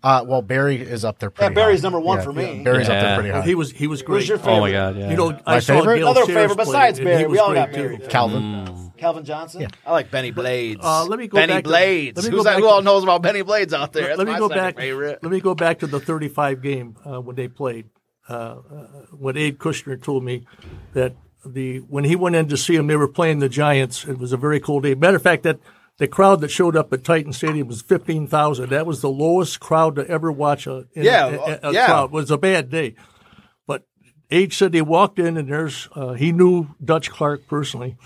Speaker 7: Uh, well, Barry is up there. Pretty
Speaker 4: Barry's
Speaker 7: high.
Speaker 4: number one
Speaker 7: Yeah,
Speaker 4: for me.
Speaker 7: yeah, Barry's up
Speaker 3: Yeah.
Speaker 7: there pretty high.
Speaker 5: He was he was great.
Speaker 4: Who's your favorite?
Speaker 3: Oh my god, yeah.
Speaker 5: You know, I
Speaker 7: My
Speaker 5: saw
Speaker 7: favorite?
Speaker 5: Gil
Speaker 4: Another
Speaker 5: Sayers
Speaker 4: favorite
Speaker 5: play,
Speaker 4: besides
Speaker 5: and
Speaker 4: Barry.
Speaker 5: he was
Speaker 4: We all
Speaker 5: great,
Speaker 4: got
Speaker 5: too.
Speaker 4: married.
Speaker 7: Calvin.
Speaker 4: Calvin Johnson. Oh,
Speaker 7: Yeah.
Speaker 4: I like Benny Blades.
Speaker 5: Uh, let me go
Speaker 6: Benny
Speaker 5: back to-
Speaker 6: Blades.
Speaker 5: let me go
Speaker 6: Who's that,
Speaker 5: back
Speaker 6: who
Speaker 5: to-
Speaker 6: all knows about Benny Blades out there?
Speaker 5: let me
Speaker 6: That's
Speaker 5: go
Speaker 6: my second
Speaker 5: back.
Speaker 6: favorite.
Speaker 5: Let me go back to the 35 game uh, when they played. Uh, uh, when Abe Kushner told me that the when he went in to see him, they were playing the Giants. It was a very cold day. Matter of fact, that the crowd that showed up at Titan Stadium was 15,000. That was the lowest crowd to ever watch a, in a-
Speaker 4: Yeah,
Speaker 5: a, a
Speaker 4: yeah.
Speaker 5: crowd. It was a bad day. But Abe said he walked in and there's uh, he knew Dutch Clark personally,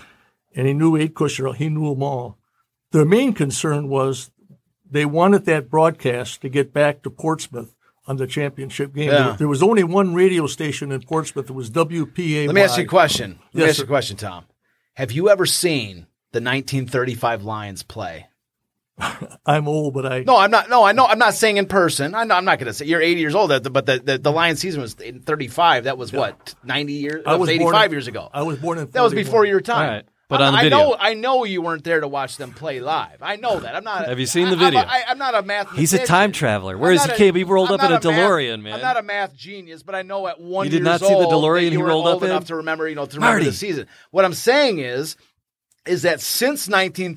Speaker 5: and he knew Abe Kushner. He knew them all. Their main concern was they wanted that broadcast to get back to Portsmouth on the championship game.
Speaker 4: Yeah.
Speaker 5: There, there was only one radio station in Portsmouth. It was WPA.
Speaker 4: Let me ask you a question. Let me
Speaker 5: Yes,
Speaker 4: ask you
Speaker 5: sir.
Speaker 4: a question, Tom. Have you ever seen the 1935 Lions play?
Speaker 5: I'm old, but I
Speaker 4: No, I'm not. No, I know. I'm not saying in person. I know. I'm not going to say you're 80 years old. that- But the, the, the Lions season was in 35. That was what 90 years.
Speaker 5: I
Speaker 4: That was
Speaker 5: was born
Speaker 4: 85
Speaker 5: in-
Speaker 4: years ago.
Speaker 5: I was born in
Speaker 4: That was
Speaker 5: 41.
Speaker 4: before your time.
Speaker 3: All right, but
Speaker 4: I-
Speaker 3: on
Speaker 4: I
Speaker 3: video.
Speaker 4: know, I know you weren't there to watch them play live. I know that. I'm not.
Speaker 3: Have you seen the
Speaker 4: I-
Speaker 3: video?
Speaker 4: I'm, I, am not a math.
Speaker 3: He's a time traveler, whereas he can't be rolled up in a DeLorean, man.
Speaker 4: I'm not a math genius, but I know at one.
Speaker 3: You did
Speaker 4: years
Speaker 3: not see the
Speaker 4: old that
Speaker 3: DeLorean
Speaker 4: you
Speaker 3: he
Speaker 4: were
Speaker 3: rolled
Speaker 4: old
Speaker 3: up in?
Speaker 4: enough to remember. You know, to remember
Speaker 3: Marty.
Speaker 4: the season. What I'm saying is, is that since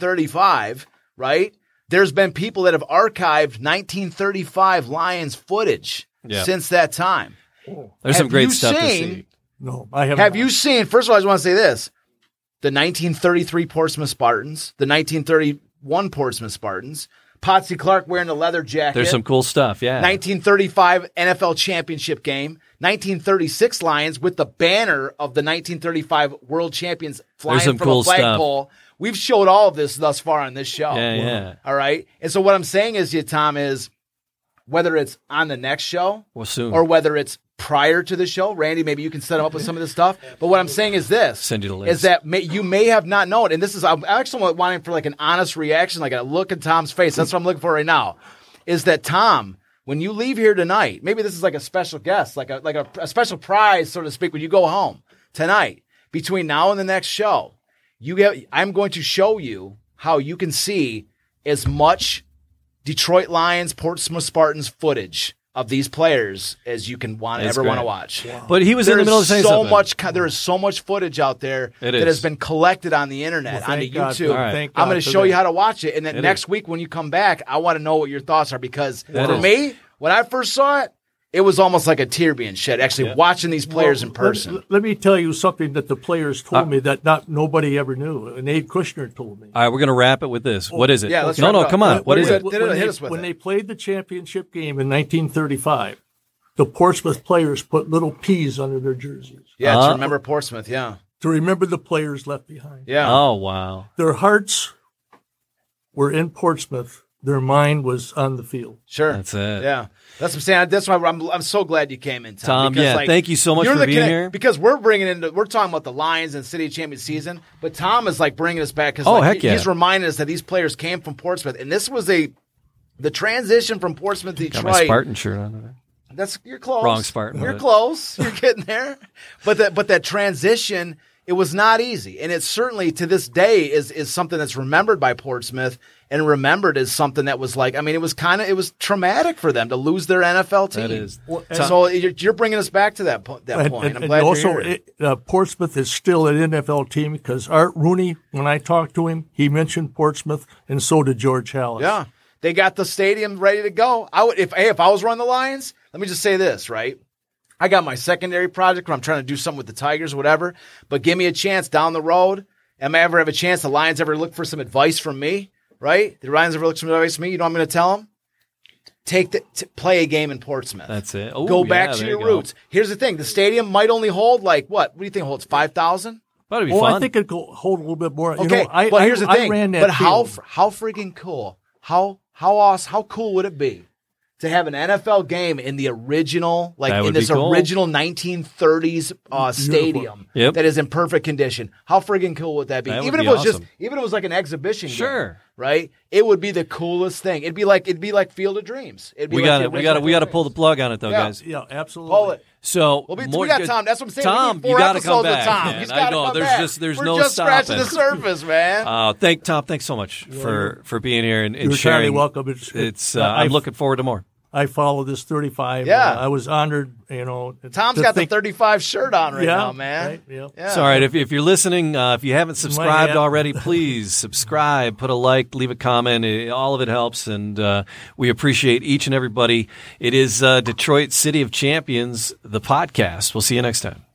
Speaker 4: 1935, right? There's been people that have archived 1935 Lions footage
Speaker 3: Yeah.
Speaker 4: since that time.
Speaker 3: There's some
Speaker 4: Have
Speaker 3: great
Speaker 4: you
Speaker 3: stuff to
Speaker 4: seen-
Speaker 3: see.
Speaker 5: No, I haven't.
Speaker 4: Have you seen? First of all, I just want to say this: the 1933 Portsmouth Spartans, the 1931 Portsmouth Spartans, Patsy Clark wearing a leather jacket.
Speaker 3: There's some cool stuff, yeah.
Speaker 4: 1935 NFL championship game. 1936 Lions with the banner of the 1935 World Champions flying
Speaker 3: There's some
Speaker 4: from
Speaker 3: cool
Speaker 4: a
Speaker 3: stuff.
Speaker 4: flagpole. We've showed all of this thus far on this show.
Speaker 3: Yeah, yeah.
Speaker 4: All right. And so what I'm saying is, to you Tom, is whether it's on the next show
Speaker 3: Well, soon.
Speaker 4: or whether it's prior to the show, Randy, maybe you can set them up with some of this stuff. But what I'm saying is this:
Speaker 3: Send you the links.
Speaker 4: is that may, you may have not known, and this is I'm actually wanting for like an honest reaction, like a look in Tom's face. That's what I'm looking for right now. Is that Tom? When you leave here tonight, maybe this is like a special guest, like a like a, a special prize, so to speak. When you go home tonight, between now and the next show, you get. I'm going to show you how you can see as much Detroit Lions, Portsmouth Spartans footage of these players as you can want
Speaker 3: That's
Speaker 4: ever want to
Speaker 3: great.
Speaker 4: watch.
Speaker 3: But he was in
Speaker 4: There
Speaker 3: the middle of
Speaker 4: is
Speaker 3: saying
Speaker 4: so
Speaker 3: something.
Speaker 4: much. co- There is so much footage out there
Speaker 3: It
Speaker 4: that has
Speaker 3: is.
Speaker 4: been collected on the internet,
Speaker 5: Well,
Speaker 4: on the
Speaker 5: thank God.
Speaker 4: YouTube.
Speaker 5: All right. Thank
Speaker 4: I'm
Speaker 5: God
Speaker 4: going
Speaker 5: for
Speaker 4: to show you
Speaker 5: that.
Speaker 4: how to watch it, and then
Speaker 3: It
Speaker 4: next
Speaker 3: is.
Speaker 4: week when you come back, I want to know what your thoughts are because
Speaker 3: That
Speaker 4: for
Speaker 3: is.
Speaker 4: me, when I first saw it, it was almost like a tear being shed. Actually, watching these players in
Speaker 5: Let-
Speaker 4: person. Uh,
Speaker 5: Let, let me tell you something that the players told me that not nobody ever knew, and Abe Kushner told me.
Speaker 3: All right, we're gonna wrap it with this. What is it?
Speaker 4: yeah, let's
Speaker 3: no,
Speaker 4: wrap
Speaker 3: no,
Speaker 4: it up.
Speaker 3: come on. What
Speaker 4: What
Speaker 3: is
Speaker 4: is
Speaker 3: it?
Speaker 4: it?
Speaker 5: When,
Speaker 4: No, no,
Speaker 5: they,
Speaker 4: hit us with
Speaker 5: when
Speaker 4: it.
Speaker 5: they played the championship game in 1935, the Portsmouth players put little peas under their jerseys
Speaker 4: yeah,
Speaker 3: Uh,
Speaker 4: to remember Portsmouth. Yeah,
Speaker 5: to remember the players left behind.
Speaker 4: yeah.
Speaker 3: Oh wow.
Speaker 5: Their hearts were in Portsmouth. Their mind was on the field.
Speaker 4: Sure.
Speaker 3: That's it.
Speaker 4: Yeah. That's what I'm saying. That's why I'm, I'm so glad you came in, Tom.
Speaker 3: Tom, yeah, thank you so much
Speaker 4: you're
Speaker 3: for
Speaker 4: the
Speaker 3: being here.
Speaker 4: Because we're bringing in, the- we're talking about the Lions and City Champions season, but Tom is like bringing us back because
Speaker 3: Oh,
Speaker 4: like,
Speaker 3: heck
Speaker 4: he-
Speaker 3: yeah.
Speaker 4: he's reminding us that these players came from Portsmouth, and this was a the transition from Portsmouth to
Speaker 3: Got my
Speaker 4: Detroit.
Speaker 3: Spartan shirt on. today.
Speaker 4: That's you're close.
Speaker 3: Wrong Spartan,
Speaker 4: You're
Speaker 3: but-
Speaker 4: close. You're getting there. But that but that transition, it was not easy. And it certainly to this day is is something that's remembered by Portsmouth and remembered as something that was like I mean it was kind of it was traumatic for them to lose their NFL team.
Speaker 3: That is.
Speaker 4: so you're, you're bringing us back to that po- that
Speaker 5: And,
Speaker 4: point.
Speaker 5: and-
Speaker 4: I'm
Speaker 5: and
Speaker 4: glad
Speaker 5: also,
Speaker 4: you're here.
Speaker 5: it- uh, Portsmouth is still an NFL team because Art Rooney, when I talked to him, he mentioned Portsmouth, and so did George Hallis.
Speaker 4: Yeah, they got the stadium ready to go. I would if hey, if I was running the Lions, let me just say this right. I got my secondary project where I'm trying to do something with the Tigers, or whatever. But give me a chance down the road. Am I ever have a chance? The Lions ever look for some advice from me, right? The Lions ever look for some advice from me. You know, what I'm going to tell them take the t- play a game in Portsmouth.
Speaker 3: That's it. Oh,
Speaker 4: go
Speaker 3: yeah,
Speaker 4: back to
Speaker 3: there
Speaker 4: your
Speaker 3: you go.
Speaker 4: roots. Here's the thing: the stadium might only hold like what? What do you think it holds? Five thousand?
Speaker 3: But it'd be
Speaker 5: Oh,
Speaker 3: fun.
Speaker 5: I think it could hold a little bit more.
Speaker 4: Okay,
Speaker 5: you know, I,
Speaker 4: but
Speaker 5: I-
Speaker 4: here's the
Speaker 5: I
Speaker 4: thing.
Speaker 5: ran that
Speaker 4: but how
Speaker 5: field.
Speaker 4: fr- how freaking cool? How how awesome? How cool would it be to have an NFL game in the original, like
Speaker 3: That
Speaker 4: in
Speaker 3: would be
Speaker 4: this
Speaker 3: cool.
Speaker 4: original 1930s uh, stadium
Speaker 3: Yep.
Speaker 4: that is in perfect condition? How freaking cool would that be?
Speaker 3: That would
Speaker 4: even
Speaker 3: be
Speaker 4: if it was
Speaker 3: awesome.
Speaker 4: just, even if it was like an exhibition, game,
Speaker 3: Sure.
Speaker 4: right? It would be the coolest thing. It'd be like it'd be like Field of Dreams. It'd be
Speaker 3: we
Speaker 4: like
Speaker 3: got
Speaker 4: the
Speaker 3: to we
Speaker 4: original
Speaker 3: got to we got to
Speaker 4: Field of
Speaker 3: pull the
Speaker 4: Dreams.
Speaker 3: plug on it though,
Speaker 4: Yeah.
Speaker 3: guys.
Speaker 5: Yeah, absolutely.
Speaker 4: Pull it.
Speaker 3: So
Speaker 4: Well, we,
Speaker 3: more
Speaker 4: we got
Speaker 3: good-
Speaker 4: Tom. That's what I'm saying.
Speaker 3: Tom,
Speaker 4: we need four
Speaker 3: you gotta
Speaker 4: episodes
Speaker 3: come back.
Speaker 4: With Tom.
Speaker 3: man.
Speaker 4: He's
Speaker 3: I
Speaker 4: gotta
Speaker 3: know.
Speaker 4: come
Speaker 3: There's
Speaker 4: back.
Speaker 3: just there's
Speaker 4: We're
Speaker 3: no
Speaker 4: just scratching
Speaker 3: stopping. [LAUGHS]
Speaker 4: the surface, man.
Speaker 3: Uh, thank Tom. Thanks so much for for being here and, and
Speaker 5: You're
Speaker 3: sharing.
Speaker 5: entirely welcome. It's,
Speaker 3: It's uh,
Speaker 5: I-
Speaker 3: I'm looking forward to more.
Speaker 5: I follow this 35.
Speaker 4: Yeah.
Speaker 5: Uh, I was honored, you know.
Speaker 4: Tom's
Speaker 5: to
Speaker 4: got
Speaker 5: think-
Speaker 4: the 35 shirt on right
Speaker 5: Yeah,
Speaker 4: now, man.
Speaker 5: right, yeah.
Speaker 4: yeah.
Speaker 3: So, all right, if, if you're listening, uh, if you haven't subscribed
Speaker 5: app.
Speaker 3: already, please [LAUGHS] subscribe, put a like, leave a comment. It- all of it helps, and uh, we appreciate each and everybody. It is uh, Detroit City of Champions, the podcast. We'll see you next time.